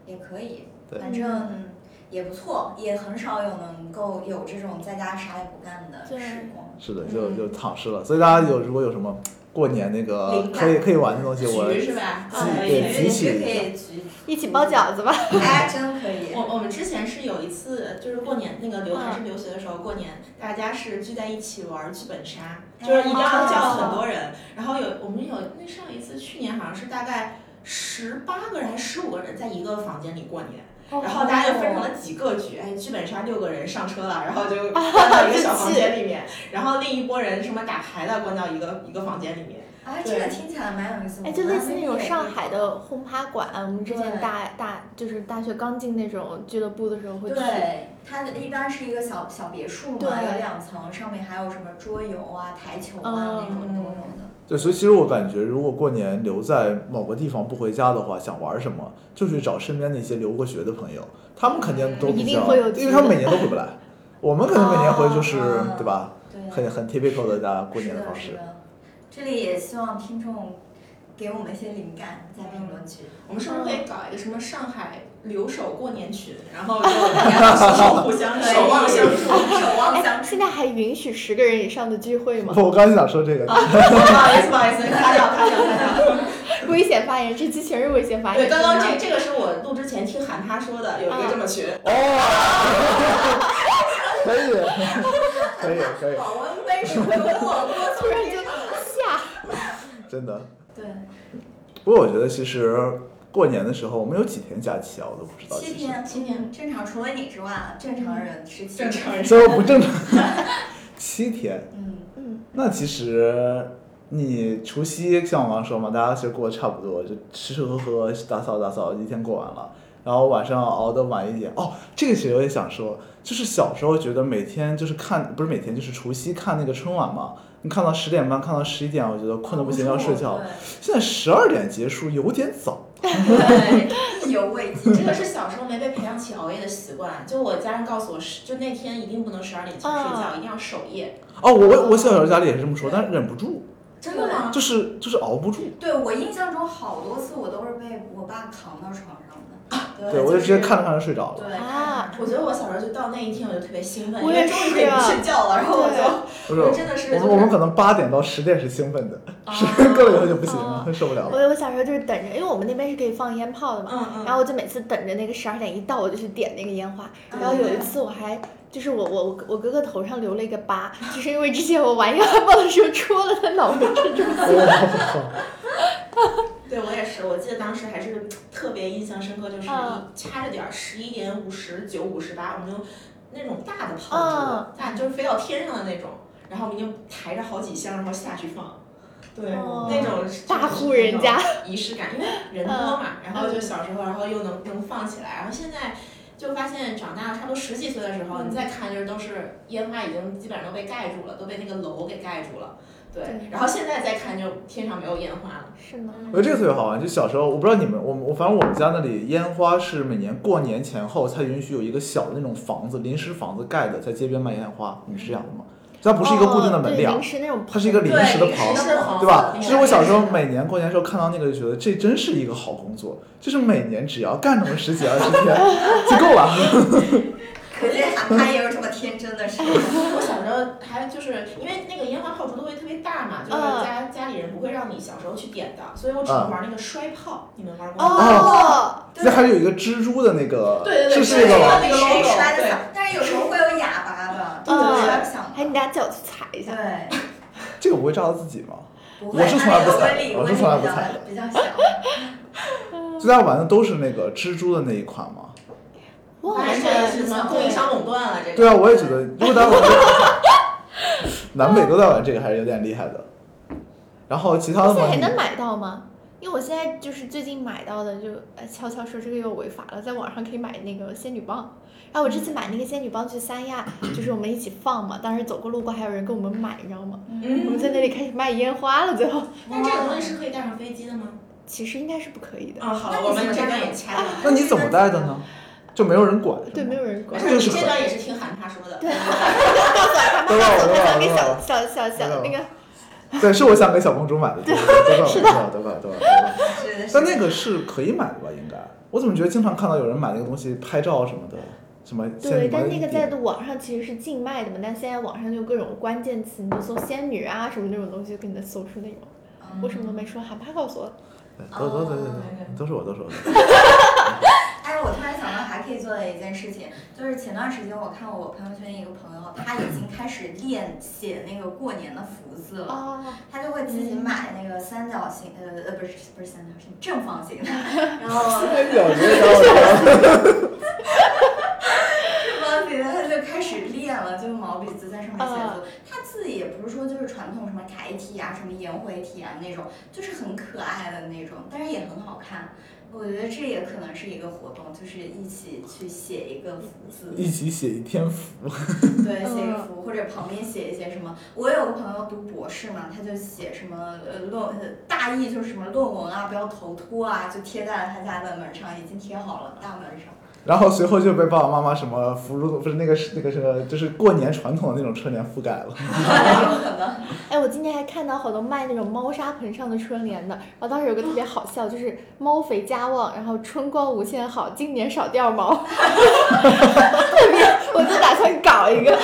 也可以，对反正也不错，也很少有能够有这种在家啥也不干的对时光。是的，就嗯就躺尸了。所以大家有如果有什么过年那个灵感可以可以玩的东西，我局是吧？哦自己可对以。集体可以举，一起包饺子吧。哎，真可以。我我们之前是有一次，就是过年那个留还是留学的时候，过年大家是聚在一起玩剧本杀，就是一定要叫很多人。然后有我们有那上一次去年好像是大概十八个人还是十五个人在一个房间里过年，然后大家就分成了几个局，哎，剧本杀六个人上车了，然后就关到一个小房间里面，然后另一拨人什么打牌的关到一个一个房间里面。哎，这个听起来蛮有嗯意思的。哎，就类似那种上海我的轰趴馆，我们之前对大大就是大学刚进那种俱乐部的时候们会去那边也可以。对，它的一般是一个小小别墅嘛，对有两层，上面还有什么桌游啊、台球啊嗯那种都有的。对，所以其实我感觉，如果过年留在某个地方不回家的话，想玩什么就去找身边那些留过学的朋友，他们肯定都一比定较，会有因为他们每年都回不来。我们可能每年回就是、哦对吧，对，嗯很很 typical 的大家过年是的的方是式。的。这里也希望听众给我们一些灵感，在评论区。我们是不是可以搞一个什么上海留守过年群，然后就大家手互相守望相助，守望哎相，助现。在还允许十个人以上的聚会吗？不， [laughs] 我刚想说这个， [laughs] 哦不好意思，不好意思，擦掉，擦掉，擦掉。危险发言，这期全是危险发言。对，刚刚真这这的个是我录之前听喊他说的，有一个这么群，哦， [laughs] 可以，可以，可以，保温杯是会过过突然就吓。真的。对，不过我觉得其实过年的时候我们有几天假期啊，我都不知道。七其实天，七天正常，除了你之外，正常人是七正常天。人。这不正常。七天，嗯，嗯，那其实你除夕像我刚说嘛，大家其实过得差不多，就吃吃喝喝、打扫打扫，一天过完了。然后晚上熬得晚一点哦，这个其实我也想说，就是小时候觉得每天就是看，不是每天就是除夕看那个春晚嘛，你看到十点半，看到十一点，我觉得困得不行，要睡哦觉。现在十二点结束有点早，对，对，意犹未尽。这个是小时候没被培养起熬夜的习惯。就我家人告诉我，是就那天一定不能十二点前睡觉，一定要守夜。哦，我我小时候家里也是这么说，但是忍不住，真的吗？就是就是熬不住。对我印象中好多次我都是被我爸扛到床上的。对，我就直接看着看着睡着了。对啊我觉得我小时候就到那一天我就特别兴奋，因我为也终是于可以不睡觉了，然后我就不是，我我真的是们我们可能八点到十 [laughs] 点是兴奋的，十啊点过了以后就不行了啊，受不了我了。我小时候就是等着，因为我们那边是可以放烟炮的嘛，嗯嗯，然后我就每次等着那个十二点一到，我就去点那个烟花。嗯然后有一次我还就是我我我哥哥头上留了一个疤，就是因为之前我玩烟花炮的时候戳了他 [laughs] 脑门。哦对我也是，我记得当时还是特别印象深刻，就是一嗯掐着点儿，十一点五十九、五十八，我们就那种大的炮嗯竹，大就是飞到天上的那种，然后我们就抬着好几箱，然后下去放。对，哦那种大户人家嗯仪式感，因为人多嘛，然后就小时候，然后又能能放起来，然后现在就发现长大了差不多十几岁的时嗯候，你再看就是都是烟花已经基本上都被盖住了，都被那个楼给盖住了。对对，然后现在再看就天上没有烟花了。是吗？我觉得这个特别好玩，就小时候我不知道你们，我们我反正我们家那里烟花是每年过年前后才允许有一个小的那种房子，临时房子盖的，在街边卖烟花，你们是这样的吗？它不是一个固定的哦门对脸临，时那种，它是一个临对，时的临棚，时的棚对吧？临其时实我小时候的每年过年的时候看到那个，就觉得这真是一个好工作，就是每年只要干那么十几二十天就够了。可见韩寒也有这么天真的时候。我小时候还就是因为那个烟花炮竹都会特别大嘛，就是嗯家、家里人不会让你小时候去点的，所以我只能玩那个摔炮。你们玩过吗？哦，对 [laughs] 那还有一个蜘蛛的那个，对对对是对这个吗？那个谁摔的响，但是有时候会有哑巴的，嗯就是摔不响还的。你拿脚去踩一下，对，这个不会炸到自己吗？不会，我是从来不踩它那个威力我是从来不威力踩的比较比较小。就大家玩的都是那个蜘蛛的那一款吗？我好那像这没个有哦是印什么象供应商垄断了？这个哦对啊，我也觉得，如果大家玩这个，南北都在玩这个，还是有点厉害的。然后其他的现在话，还你能买到吗？因为我现在就是最近买到的就，呃悄悄说这个又违法了，在网上可以买那个仙女棒。然后我这次买那个仙女棒去三亚，就是我们一起放嘛，当时走过路过还有人跟我们买，你知道吗？嗯我们在那里开始卖烟花了，最后但哦这个东西是可以带上飞机的吗？其实应该是不可以的，啊，好那了，你我怎们么这带段也呢掐了。那你怎么带的呢？就没有人管。对，没有人没 [laughs] 管。事，你是这可以段也是听韩他说的。对，告诉他等会儿告诉等他会儿想给等会小儿小小小等会儿那个有。对，是我想给小公主买的， [laughs] 对对对，多少多少多少多少。是的，但那个是可以买的吧？应该，我怎么觉得经常看到有人买那个东西拍照什么的，什么仙女对，棒但那个在网上其实是禁卖的嘛，但现在网上就各种关键词，你就搜仙女啊什么那种东西，就给你的搜出那种。嗯我什么都没说，韩妈告诉我的。对都都对对哦哦对，都是我都是我。 [laughs] 哎，我突然想到还可以做的一件事情，就是前段时间我看我朋友圈一个朋友，他已经开始练写那个过年的福字了。哦，他就会自己买那个三角形，呃呃，不是不是三角形，正方形的，然后哎呦，我正方形的他就开始练了，就是毛笔字在上面写字。他自己也不是说就是传统什么楷体啊、什么颜回体啊那种，就是很可爱的那种，但是也很好看。我觉得这也可能是一个活动，就是一起去写一个福字。一起写一天福，对，写一个嗯符，或者旁边写一些什么。我有个朋友读博士嘛，他就写什么呃论呃大意就是什么论文啊，不要头秃啊，就贴在了他家的门上，已经贴好了大门 [laughs] 上。然后随后就被爸爸妈妈什么福如不是那个是那个是个就是过年传统的那种春联覆盖了。 [laughs] 有可能哎，我今天还看到好多卖那种猫砂盆上的春联的，然后当时有个特别好笑，就是猫肥家旺，然后春光无限好，今年少掉毛。 [laughs] 特别，我就打算搞一个。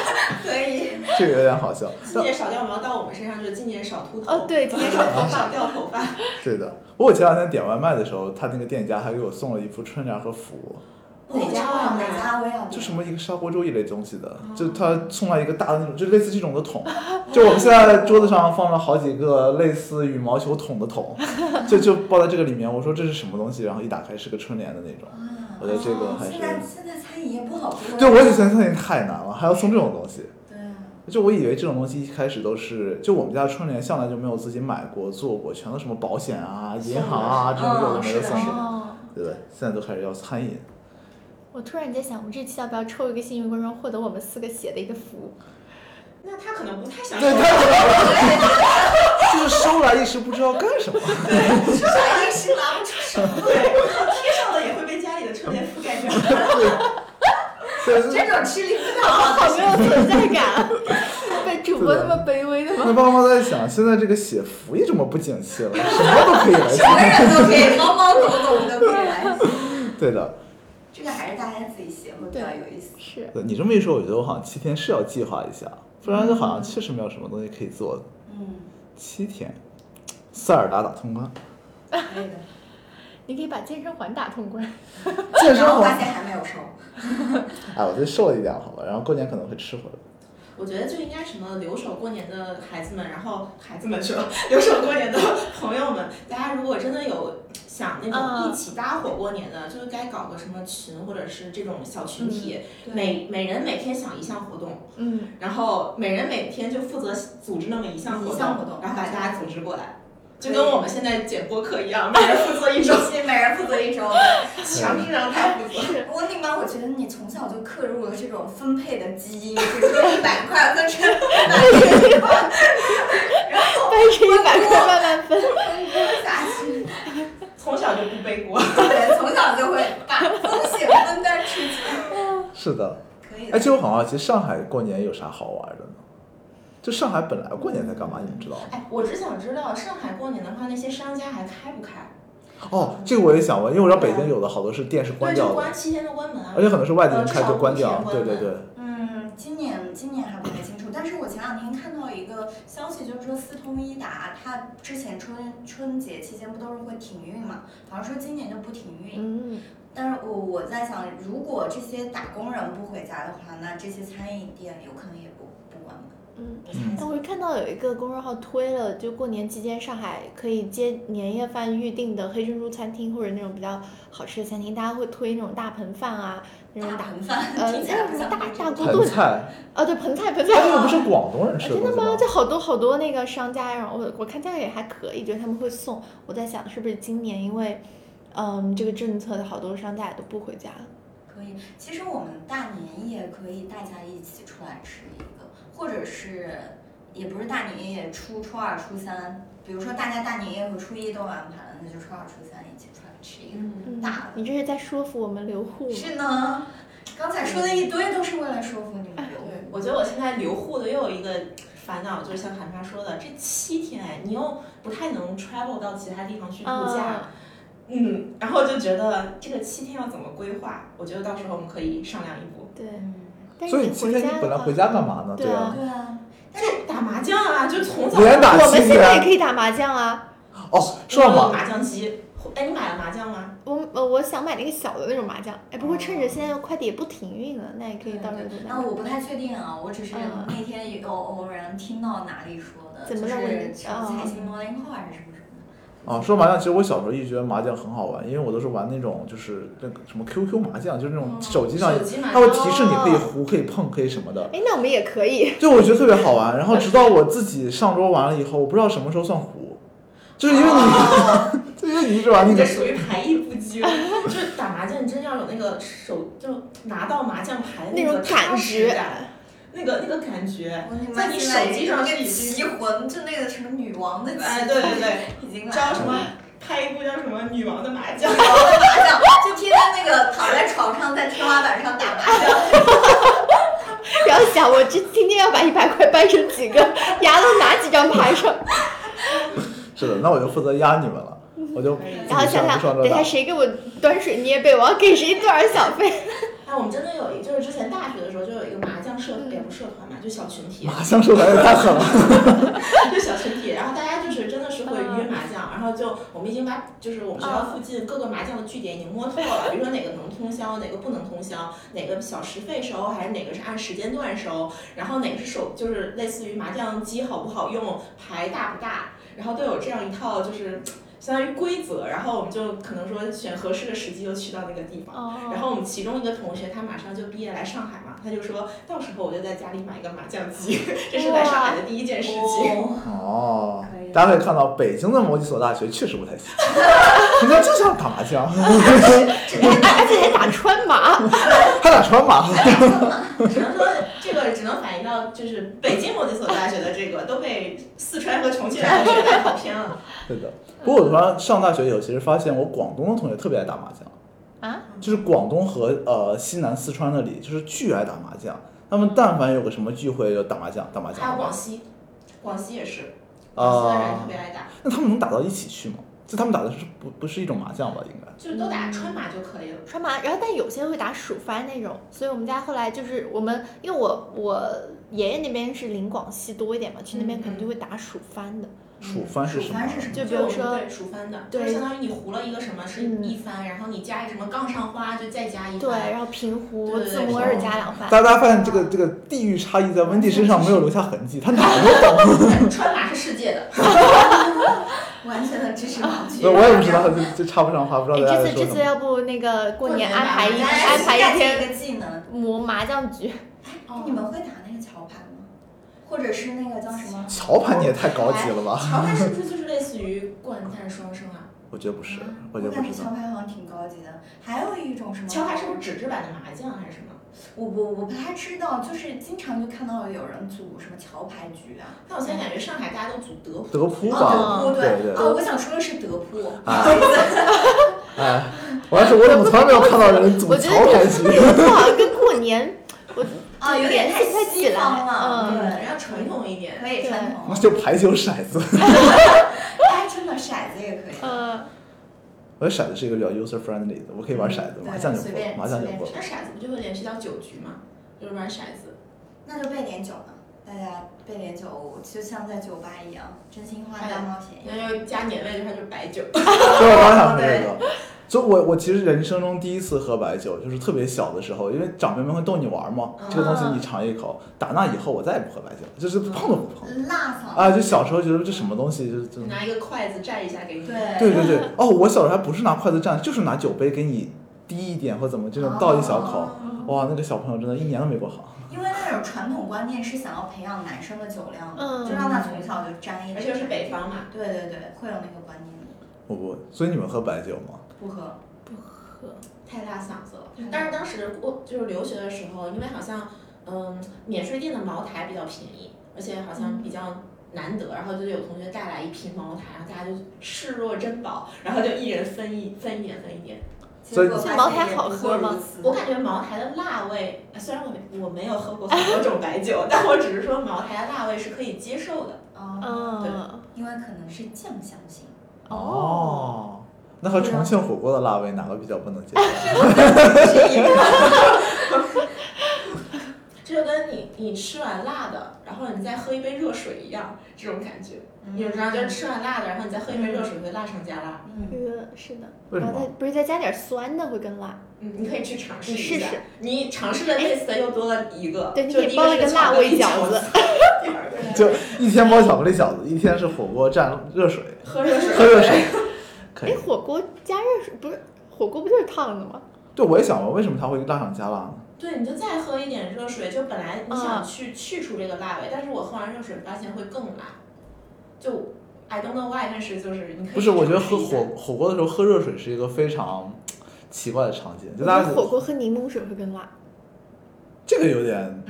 可 [laughs] 以。这个有点好笑。今但年少掉毛到我们身上就是今年少秃头。哦，对， [laughs] 今年少头发掉头发，对的，我前两天点外卖的时候，他那个店家还给我送了一副春联和福，哪家啊？啊哪家我也要。就什么一个砂锅粥一类东西的，就他送来一个大的那种，就类似这种的桶，就我们现在桌子上放了好几个类似羽毛球桶的桶， [laughs] 就就抱在这个里面，我说这是什么东西，然后一打开是个春联的那种，啊我觉得这个还现在是，现在餐饮业不好做。对我也觉得餐饮太难了，还要送这种东西。对啊。就我以为这种东西一开始都是，就我们家春联向来就没有自己买过做过，全都什么保险啊、银行啊这送的种有的嗯没的是的送是的，哦，对不对？现在都开始要餐饮，我突然间想，我们这期要不要抽一个幸运观众获得我们四个写的一个福？那他可能不太想对，说。他就是收来一时不知道干什么，啥意思拿不出手。贴上了也会被家里的春联 [laughs] 覆盖掉。对，就是这种吃力不 [laughs] 讨好好哦的没有存在感，被主播那么卑微的吗？那爸妈在想，现在这个写福也这么不景气了，什么都可以来什么写，人都可以，猫猫狗狗都可以来。对的。这个还是大家自己写会比较有意思。是，对你这么一说，我觉得我好像七天是要计划一下，不然就好像确实没有什么东西可以做。嗯，七天，塞尔达打通关，可 [laughs] 以的。你可以把健身环打通关。健身然后环发现还没有收。哎，我觉得瘦了一点好吧，然后过年可能会吃回来。我觉得就应该什么留守过年的孩子们，然后孩子们去了，留守过年的朋友们，大家如果真的有想那嗯种一起搭伙过年的，就是该搞个什么群或者是这种小群体，对每每人每天想一项活动，嗯，然后每人每天就负责组织那么一项活一项活动然后把大家组织过来。就跟我们现在剪播客一样，每人负责一周，每人负责一周。 [laughs] 强制让他负责。是不过那边我觉得你从小就刻入了这种分配的基因，比如说一百块分成一百块，然后但是一百块慢慢分。分割下去， [laughs] 从小就不背锅。对，从小就会把风险分担出去。是的，可以哎，的其，实我很好奇，上海过年有啥好玩的呢？就上海本来过年在干嘛，你们知道吗？哎，我只想知道上海过年的话，那些商家还开不开？哦，这个我也想问，因为我知道北京有的好多是店是关对，就掉的，关七天都关门啊而。且很多是外地人呃开至少就关五掉天，关对对门对，嗯，今年今年还不太清楚，但是我前两天看到一个消息，就是说四通一达，它之前春春节期间不都是会停运嘛，好像说今年就不停运。嗯，但是我我在想，如果这些打工人不回家的话，那这些餐饮店有可能也不不关门。嗯但我看到有一个公众号推了，就过年期间上海可以接年夜饭预定的黑珍珠餐厅或者那种比较好吃的餐厅，大家会推那种大盆饭啊，那种大大盆饭呃听起来那不像种大非洲大锅盆炖菜，啊，对盆菜盆菜它这个不是广东人哎吃的真东的西吗？就好多好多那个商家，然后我我看价格也还可以，就是他们会送。我在想是不是今年因为，嗯，这个政策，好多商家也都不回家了。可以，其实我们大年夜可以大家一起出来吃一个，或者是也不是大年夜，初初二、初三，比如说大家大年夜和初一都安排了，那就初二、初三一起出来吃一个。嗯，嗯大的，你这是在说服我们留户吗？是呢，刚才说的一堆都是为了说服你们啊对留户。，我觉得我现在留户的又有一个烦恼，就是像韩妈说的，这七天哎，你又不太能 travel 到其他地方去度假。啊，嗯，然后就觉得这个七天要怎么规划？我觉得到时候我们可以商量一步，对。嗯，但是所以你今回天家你的本来话回家干嘛呢？对啊，啊对啊，但是就打麻将啊，就从早连打我们七现在也天可以打麻将啊。嗯哦，说到到麻，麻将机。哎，你买了麻将吗？我呃，我想买那个小的那种麻将。哎，不过趁着现在快递也不停运了，那也可以到时候就买啊，我不太确定啊，我只是嗯那天有偶然听到哪里说的，怎么就了是我啊什么财经 morning call 还是什么什么的。啊，说麻将，其实我小时候一直觉得麻将很好玩，因为我都是玩那种就是那个什么 QQ 麻将，就是那种嗯手机上手机麻它会将提示你可啊以胡、可以碰、可以什么的，哎，那我们也可以。 [laughs] 就我觉得特别好玩。然后直到我自己上桌玩了以后，我不知道什么时候算胡，就是因为啊 [laughs] 你，就因为你一直玩那你这个，属于牌艺不精，就是打麻将，你真要有那个手，就拿到麻将牌的那个种感踏实觉感，那个那个感觉。我在你手机上是已棋经，魂，就那个什么女王的棋魂， [laughs] 哎，对对对，已经来叫了 [laughs] 什么？拍一部叫什么《女王的麻将》，女王的麻将，就天天那个躺在床上，在天花板上打麻将。不要想，我这今天要把一百块掰成几个，压到哪几张牌上。是的，那我就负责压你们了，我就然然后自己想上想，上桌等下打。谁给我端水捏杯，我要给谁多少小费？哎，我们真的有一，就是之前大学的时候就有一个麻将社，也不是社团嘛，就小群体，麻将手感也太狠了，就小群体，然后大家就是真的是会约麻将，然后就我们已经把就是我们学校附近各个麻将的据点已经摸透了，比如说哪个能通宵，哪个不能通宵，哪个小时费收，还是哪个是按时间段收，然后哪个是手就是类似于麻将机好不好用，牌大不大，然后都有这样一套就是相当于规则，然后我们就可能说选合适的时机就去到那个地哦方。然后我们其中一个同学，他马上就毕业来上海嘛，他就说到时候我就在家里买一个麻将机， [laughs] 这 [laughs] 是来上海的第一件事情。哦，哦可以，大家可以看到，北京的某几所大学确实不太行， [laughs] 人家就想打麻将， [laughs] 哎，而且还打川麻，还打川麻。只能说这个只能反映到就是北京某几所大学的这个都被四川和重庆的同学带跑偏了。对的，不过我突然上大学以后，其实发现我广东的同学特别爱打麻将啊，就是广东和呃西南四川那里就是巨爱打麻将，他们但凡有个什么聚会就打麻将，打麻将，还打有麻广将西，广西也是，广西的人特啊别，爱打，那他们能打到一起去吗？就他们打的是不不是一种麻将吧？应嗯该就是都打川麻就可以了。嗯川麻。然后但有些会打蜀番那种，所以我们家后来就是我们，因为我我爷爷那边是临广西多一点嘛，去那边可能就会打蜀番的。蜀番是蜀什么番？是什么？就比如我说们对蜀番的，对就是相当于你糊了一个什么是嗯一番，然后你加一什么杠上花就再加一番。对，然后平湖、嗯对对自对摩尔加两番。大家发现这个这个地域差异在温蒂身上没有留下痕迹，他哪儿都 [laughs] 懂。川麻是世界的，完全的知识盲区。所以我也不知道，就就插不上话，不知哎，道大家这在次说这什次么。要不那个过过年年安 [laughs] 排一吧哎安排一天一个技能。磨麻将局，哦哎，你们会打那个桥牌吗？或者是那个叫什么？桥牌你也太高级了吧？哎乔它是不是就是类似于于冠诞双生啊？我觉得不是嗯啊，我觉得感不觉是哦桥。牌好像挺高级的，还有一种什么？桥牌是不是纸质版的麻将还是什么？我我我不太知道，就是经常就看到有人组什么桥牌局啊。但我现在感觉上海大家都组德扑，啊德扑吧，哦，德扑对对哦，我想说的是德扑，啊， [laughs] 哎，我还是我怎么从来没有看到人组我觉桥得牌这局 [laughs] 个？德扑好像跟过年，我啊，有点太西方了，嗯对，要传统一点。可以传统那。就排球骰子，哎，真的骰子也可以。呃，我觉得骰子是一个比较 user friendly 的，我可以玩骰子，麻将就不对随便麻将就不随那骰子不就会联系到酒局吗？就是玩骰子。那就备点酒呢，大家备点酒，就像在酒吧一样，真心话哎大冒险一样。那要加年味的话，就是白酒。对，我刚想说这个。就我我其实人生中第一次喝白酒，就是特别小的时候，因为长辈们会逗你玩嘛，这个东西你尝一口，打那以后我再也不喝白酒，就是碰都不碰。辣嗓，啊，就小时候觉得这什么东西，就就拿一个筷子蘸一下给你。对对对对，哦，我小时候还不是拿筷子蘸，就是拿酒杯给你滴一点或怎么这种倒一小口，哦哇，那个小朋友真的一年都没过好。因为那种传统观念是想要培养男生的酒量，嗯就让他从小就沾一点。而且又是北方嘛，对对对，会有那个观念的，我不，所以你们喝白酒吗？不喝。太辣嗓子了嗯。但是当时我就是留学的时候，因为好像嗯免税店的茅台比较便宜，而且好像比较难得，然后就有同学带来一瓶茅台，然后大家就视若珍宝，然后就一人分一分一点分一点。所以结果发现茅台也好不喝过吗如此我感觉茅台的辣味，呃虽然我没我没有喝过很多种白酒， [laughs] 但我只是说茅台的辣味是可以接受的。哦，嗯，因为可能是酱香型。哦，，那和重庆火锅的辣味哪个比较不能接 [laughs] 受？这就跟你你吃完辣的，然后你再喝一杯热水一样，这种感觉。你们知道，就是吃完辣的，然后你再喝一杯热水，会辣上加辣。嗯，是呃是的，为什然后再么？不是再加点酸的会更辣，嗯，你可以去尝试你一试下。试你尝试了类似的又多了一个，对你就可以第一包了是个辣巧克味力饺饺子，第二个就一天包巧克力饺子，一天是火锅蘸热 [laughs] 水，喝热水，喝热水。可以哎，。火锅加热水不是火锅不就是烫的吗？对，我也想过为什么它会辣上加辣呢？对，你就再喝一点热水，就本来你嗯想去去除这个辣味，但是我喝完热水发现会更辣，就 I don't know why，但是就是你可以不是，我觉得尝试喝一下火火锅的时候喝热水是一个非常奇怪的场景，就我大觉家得火锅喝柠檬水会更辣，这个有点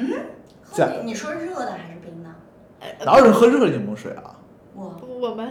喝你你说热的还是冰的？哪有人喝热柠檬水啊？我我们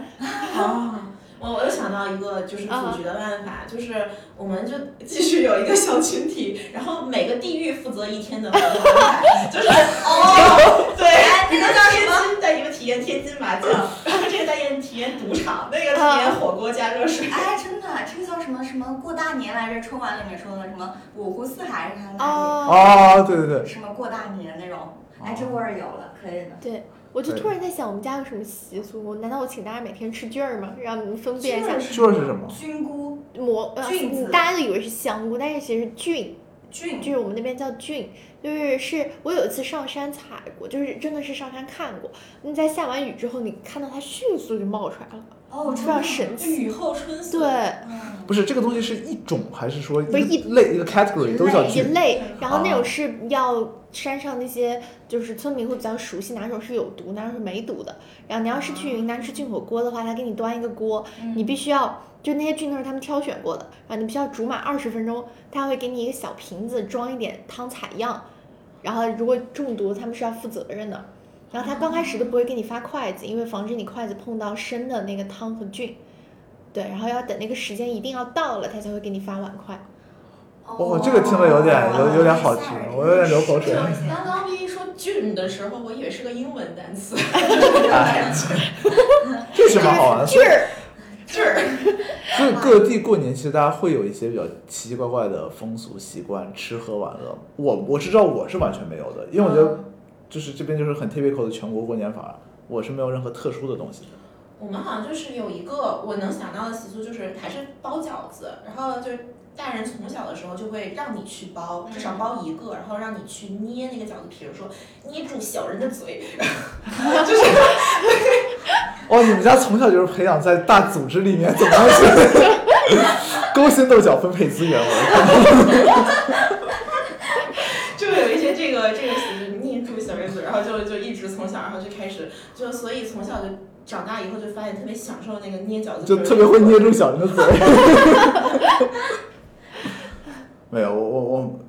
啊。我我又想到一个就是组局的办法，就是我们就继续有一个小群体，然后每个地域负责一天的活动安排，就是 [laughs] 哦，哎对，你个叫天津带你们体验天津麻将，然后这个带你们体验赌场，那个体验火锅加热水，哎，真的，这个叫什么什么过大年来着？春晚里面说的什么五湖四海是他的大年，哦，啊，对对对，什么过大年那种。哎，这味儿有了，可以的。我就突然在想，我们家有什么习俗？难道我请大家每天吃菌儿吗？让你们分辨一下说的是什么？菌菇蘑，呃菌子大家都以为是香菇，但是其实是菌。菌就是我们那边叫郡，就是是我有一次上山采过，就是真的是上山看过。你在下完雨之后，你看到它迅速就冒出来了，哦，非真常的。神奇。雨后春笋。对，嗯不是这个东西是一种还是说不是一个类一个 category 都叫一菌？类嗯，然后那哦种是要山上那些就是村民会比较熟悉，哪种是有毒，哪种是没毒的。然后你要是去云南啊吃菌火锅的话，他给你端一个锅，嗯你必须要就那些菌都是他们挑选过的，然后你必须要煮满二十分钟，他会给你一个小瓶子装一点汤采样，然后如果中毒他们是要负责任的。然后他刚开始都不会给你发筷子，因为防止你筷子碰到生的那个汤和菌。对，然后要等那个时间一定要到了，他才会给你发碗筷。哦这个听着有点有有点好吃我有点流口水哎是就是刚刚 V 说菌的时候，我以为是个英文单词，哎，这是蛮好玩的。菌所以儿，菌儿。所以各地过年其实大家会有一些比较奇奇怪怪的风俗习惯，吃喝玩乐。我我是知道我是完全没有的，因为我觉嗯得就是这边就是很 typical 的全国过年法，我是没有任何特殊的东西的。我们好像就是有一个我能想到的习俗，就是还是包饺子，然后就是大人从小的时候就会让你去包，至少包一个，然后让你去捏那个饺子皮儿，说捏住小人的嘴，哦，你们家从小就是培养在大组织里面怎么样去 [laughs] 勾心斗角分配资源，我就有一些这个这个习俗，捏住小人嘴，然后就就一直从小，然后就开始就所以从小就长大以后就发现特别享受那个捏饺子，就特别会捏住小人的嘴。没有，我我我，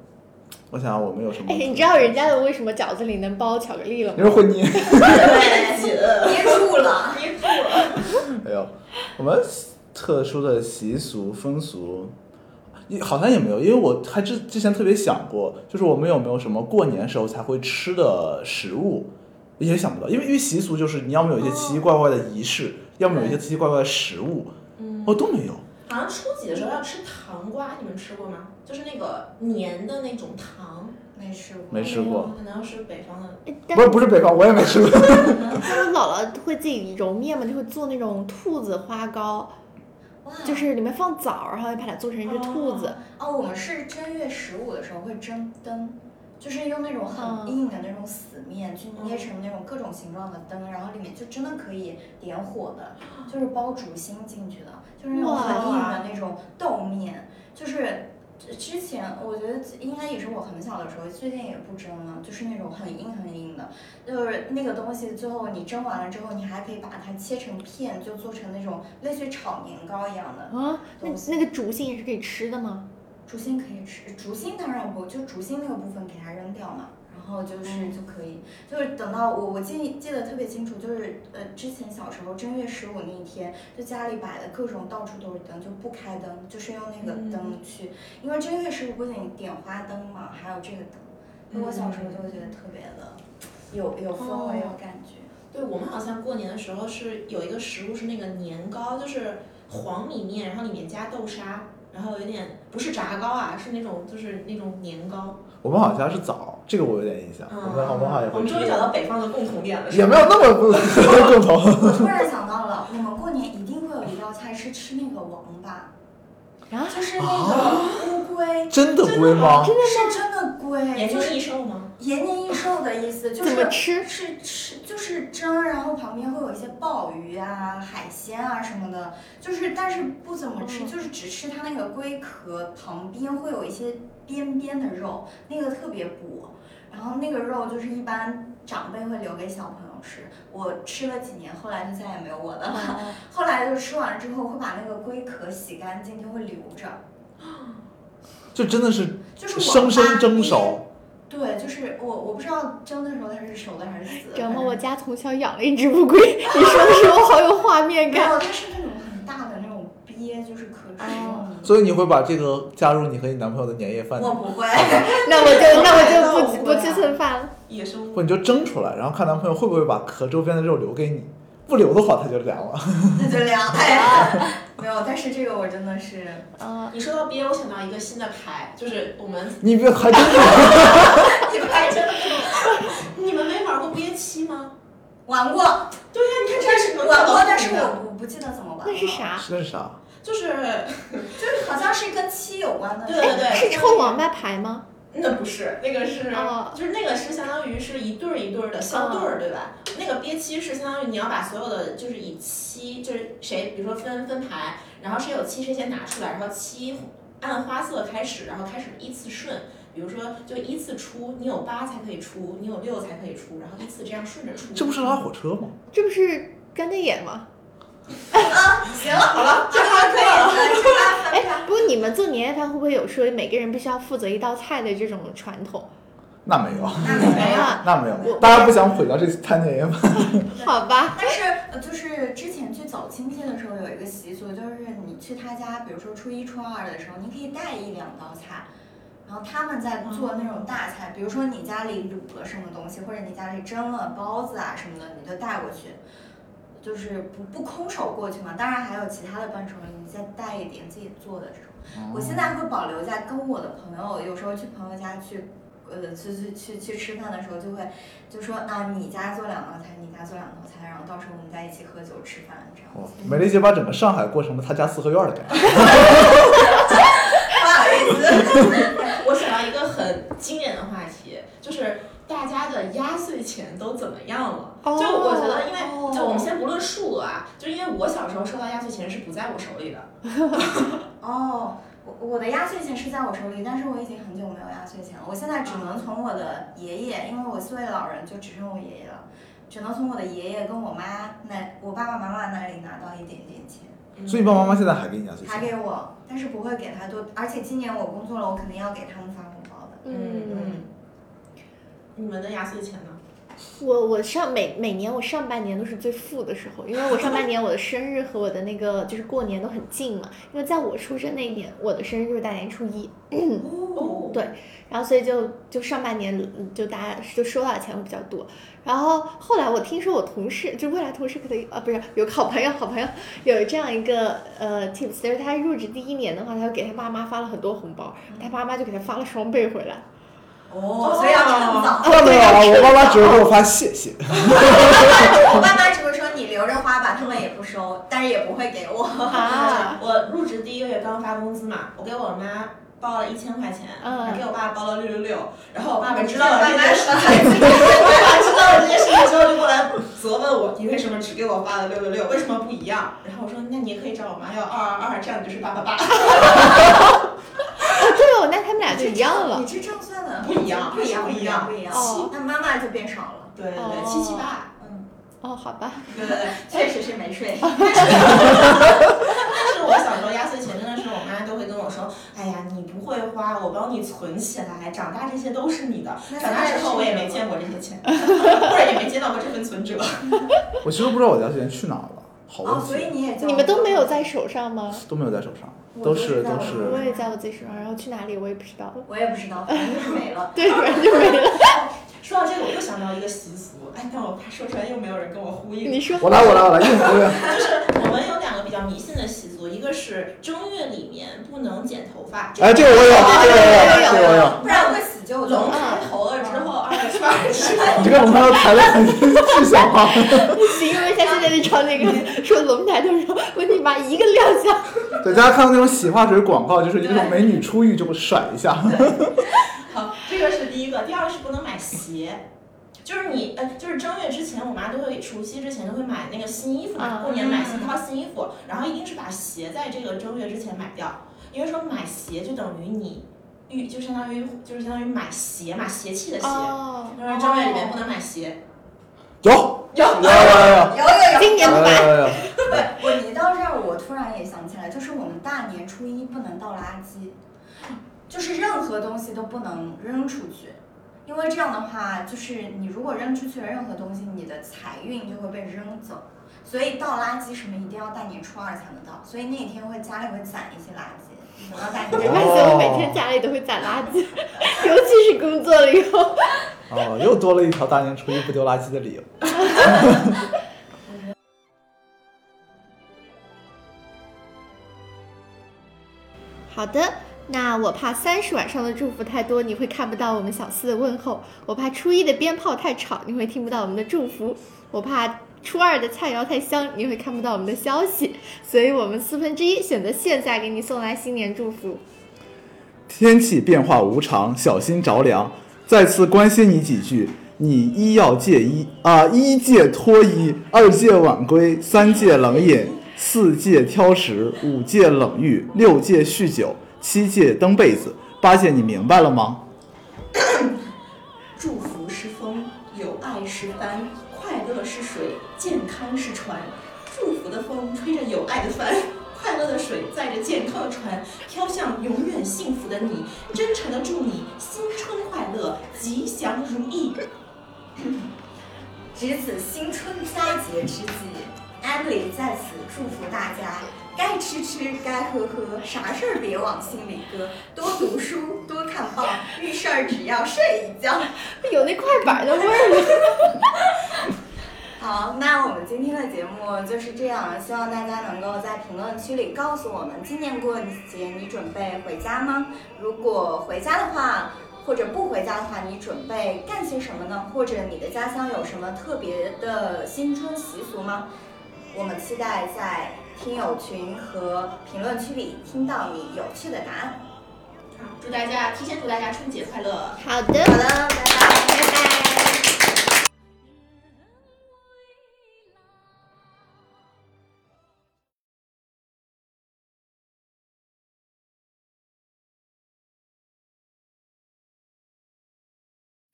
我想我没有什么。哎，你知道人家的为什么饺子里能包巧克力了你吗？说会捏？对紧，憋住了。捏住了。没有，哎我们特殊的习俗风俗，也好像也没有，因为我还之之前特别想过，就是我们有没有什么过年时候才会吃的食物，也想不到，因为因为习俗就是你要么有一些奇奇怪怪的仪式，要么有一些奇奇怪怪的食物，嗯，哦都没有。好像初几的时候要吃糖瓜，你们吃过吗？就是那个粘的那种糖，没吃过，没吃过，可能要是北方的。哎但不是不是北方，我也没吃过。但我姥姥会自己揉面嘛，就会做那种兔子花糕，哇就是里面放枣儿，然后把它做成一只兔子。哦，我们是正月十五的时候会蒸灯，就是用那种嗯很硬的那种死面去捏成那种各种形状的灯，然后里面就真的可以点火的，就是包竹心进去的，就是那种很硬的那种豆面，就是。之前我觉得应该也是我很小的时候，最近也不蒸了，就是那种很硬很硬的，就是那个东西，最后你蒸完了之后，你还可以把它切成片，就做成那种类似于炒年糕一样的，啊，那东西那个竹心也是可以吃的吗？竹心可以吃，竹心当然不，就竹心那个部分给它扔掉嘛，然后就是嗯就可以，就是等到我我记记得特别清楚，就是呃之前小时候正月十五那一天，就家里摆的各种到处都是灯，就不开灯，就是用那个嗯灯去，因为正月十五不仅点花灯嘛，还有这个灯，就我小时候就会觉得特别的有有氛围有哦感觉，对我们好像过年的时候是有一个食物是那个年糕，就是黄米面，然后里面加豆沙，然后有点不是炸糕啊，是那种就是那种年糕。我们好像是枣，这个我有点印象。我哎们我们好像也啊我会们吃终于。找到北方的共同点了，是吧也没有那么 [laughs] 不共同。我突然想到了，我们过年一定会有一道菜是吃那个王八，啊，就是那个乌龟。真的龟吗？是真的龟，也就就是是异兽吗？延年益寿的意思，就怎是么吃？是吃就是蒸，然后旁边会有一些鲍鱼啊、海鲜啊什么的，就是但是不怎么吃，嗯就是只吃它那个龟壳旁边会有一些边边的肉，那个特别补。然后那个肉就是一般长辈会留给小朋友吃，我吃了几年，后来就再也没有我的了。 [laughs] 啊后来就吃完之后会把那个龟壳洗干净，就会留着，就真的是就是生生蒸熟。对，就是我我不知道蒸的时候它是熟的还是死的。然后反我正家从小养了一只乌龟， [laughs] 你说的时候好有画面没 [laughs] 感。有，它是那种很大的那种鳖，就是可食用哦的。所以你会把这个加入你和你男朋友的年夜饭里我不会，那我就那我那就我不不不吃蹭饭了。野生不，物。你就蒸出来，然后看男朋友会不会把壳周边的肉留给你。不留的话，它就凉 [laughs] 了。那就凉。哎，没有，但是这个我真的是，啊，你说到鳖，我想到一个新的牌，就是我们你别还真的，你们还真的不懂， [laughs] 你们没玩过憋七吗？玩过，对呀、你看这是能玩过，但是是我我不记得怎么玩了。那是？啥？那是啥？就是就是好像是跟七有关的。对对对是抽王八牌吗？那不是那个是、哦就是那个是相当于是一对儿一对儿的相对儿、对吧？那个憋七是相当于你要把所有的就是以七就是谁比如说分分牌，然后谁有七谁先拿出来，然后七按花色开始，然后开始依次顺。比如说，就依次出，你有八才可以出，你有六才可以出，然后依次这样顺着出。这不是拉火车吗？这不是干瞪眼吗？啊行了，好了，这还可以了，这还翻开。哎，不过你们做年夜饭会不会有说每个人必须要负责一道菜的这种传统？那没 [laughs] 有，那没有。啊，那没我有。大家不想毁掉这摊年夜饭。好吧。但是呃，就是之前去走亲戚的时候有一个习俗，就是你去他家，比如说初一、初二的时候，你可以带一两道菜，然后他们在做那种大菜，比如说你家里卤了什么东西，或者你家里蒸了包子啊什么的，你就带过去，就是不不空手过去嘛。当然还有其他的伴手礼，你再带一点自己做的这种。我嗯现在会保留在跟我的朋友，有时候去朋友家去，呃，去去去去吃饭的时候，就会就说啊，你家做两道菜，你家做两道菜，然后到时候我们在一起喝酒吃饭这样哦子。美丽姐把整个上海过成了她家四合院的感觉。不好意思， [laughs] 我想到一个很经典的话题，就是大家的压岁钱都怎么样了？哦就我觉得，因哦为就我们先不论数额啊，就因为我小时候收到压岁钱是不在我手里的，哦。我我的压岁钱是在我手里，但是我已经很久没有压岁钱了。我现在只能从我的爷爷，因为我四位老人就只剩我爷爷了，只能从我的爷爷跟我妈那我爸爸妈妈那里拿到一点点钱，所以你爸爸妈妈现在嗯还给你压啊岁还钱？给我，但是不会给他多，而且今年我工作了，我肯定要给他们发红包的。嗯嗯，嗯，你们的压岁钱呢？我我上每每年我上半年都是最富的时候，因为我上半年我的生日和我的那个就是过年都很近嘛，因为在我出生那一年，我的生日就是大年初一，哦，对然后所以就就上半年嗯就大家就收到的钱会比较多。然后后来我听说我同事就未来同事可能啊不是有个好朋友好朋友有这样一个呃 tips，就是他入职第一年的话，他就给他爸妈发了很多红包，他爸妈就给他发了双倍回来。哦，所以要趁早。看啊到没有？我爸妈只会给我发谢谢。我爸妈只会说你留着花吧，他们也不收，但是也不会给我。啊，我入职第一个月刚发工资嘛，我给我妈包了一千块钱，嗯还给我爸包了六六六，然后我爸爸知知道道了了这这件件事事情，我爸知道了这件事情之后就过来责问我，你为什么只给我发了六六六，为什么不一样？然后我说，那你也可以找我妈要二二二，这样你就是八八八，哦对哦，那他们俩就一样了 [laughs] 你。这账算的不一样不一样，不不一一样样，不一样。哦那妈妈就变少了。对对哦对，七七八，嗯，哦，好吧，对对对。确实是没睡。但是我小时候压岁钱真的是我妈都会跟我说，哎呀，你不会花，我帮你存起来，长大这些都是你的。那长大之后我也没见过这些钱，或者也没见到过这份存折。 [laughs] 我其实不知道我压岁钱去哪儿了，好问哦，所以题，你也交你们都没有在手上吗？都没有在手上，我都都是知道都了我是。也在我自己手上，然后去哪里我也不知道了。我也不知道，反正就是没了。对，然后就没了。说到这个，我又想到一个习俗，哎，但我怕说出来又没有人跟我呼应。你说我来，我来，我来，应付应付。就是我们有两个比较迷信的习俗，一个是正月里面不能剪头发，哎，这个我有，这个我 [laughs] 有，这个我有。不然会死舅舅龙。抬头了之后，二月初二之后。你这个龙头抬的很 [laughs] 具象化。形容一下现在这场那个说龙抬头上，我你妈一个踉跄。对，大家看过那种洗发水广告，就是一种美女出浴就会甩一下。好， [laughs] 这个是第一个，第二个是不能买鞋，就是你呃，就是正月之前，我妈都会除夕之前都会买那个新衣服嘛，嗯过年买新套新衣服，然后一定是把鞋在这个正月之前买掉，因为说买鞋就等于你预就相当于就是相当于买鞋嘛，邪气的邪，哦因为正月里面不能买鞋。有有有有有有有今年不买。有有有。对，我你到这儿，我突然也想起来，就是我们大年初一不能倒垃圾，就是任何东西都不能扔出去，因为这样的话，就是你如果扔出去了任何东西，你的财运就会被扔走。所以倒垃圾什么一定要大年初二才能倒，所以那一天会家里会攒一些垃圾，等到大没年关初系，二。我每天家里都会攒垃圾， [laughs] 尤其是工作了以后。哦，又多了一条大年初一不丢垃圾的理由。好的，那我怕三十晚上的祝福太多，你会看不到我们小四的问候；我怕初一的鞭炮太吵，你会听不到我们的祝福；我怕初二的菜肴太香，你会看不到我们的消息。所以我们四分之一选择线下给你送来新年祝福。天气变化无常，小心着凉。再次关心你几句，你一要戒衣啊，一戒脱衣，二戒晚归，三戒冷饮，四戒挑食，五戒冷遇，六戒酗酒，七戒蹬被子，八戒你明白了吗？祝福是风，有爱是帆，快乐是水，健康是船。祝福的风吹着有爱的帆， [laughs] 快乐的水载着健康的船，飘向永远幸福的你。真诚的祝你新春快乐，吉祥如意。值此新春佳节之际，Emily 在此祝福大家，该吃吃，该喝喝，啥事儿别往心里搁，多读书，多看报，遇事儿只要睡一觉。有那快板的味儿了。好，那我们今天的节目就是这样，希望大家能够在评论区里告诉我们，今年过节你准备回家吗？如果回家的话，或者不回家的话，你准备干些什么呢？或者你的家乡有什么特别的新春习俗吗？我们期待在听友群和评论区里听到你有趣的答案。好，啊祝大家提前祝大家春节快乐。好的好。的，拜拜，拜拜。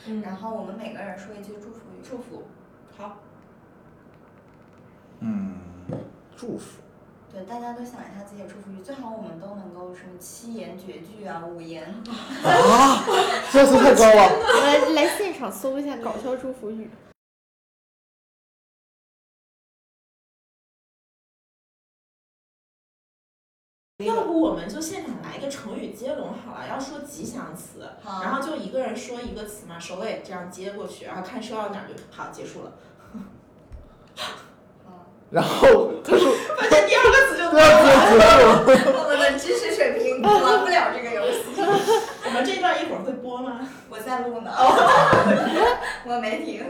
嗯然后我们每个人说一句祝福语。祝福，好，嗯，祝福，对，大家都想一下自己的祝福语，最好我们都能够什么七言绝句啊，五 [laughs] 言。要求啊太高了。我来来现场搜一下搞笑祝福语。要不我们就现场来一个成语接龙好了，要说吉祥词，好然后就一个人说一个词嘛，首尾这样接过去，然后看说到哪儿就好结束了。然后他说反正 [laughs] 第二个词就不要接结束，我们的知识水 [laughs] 平玩不了这个游戏， [laughs] 我们这段一会儿会播吗？我在录呢，我没停。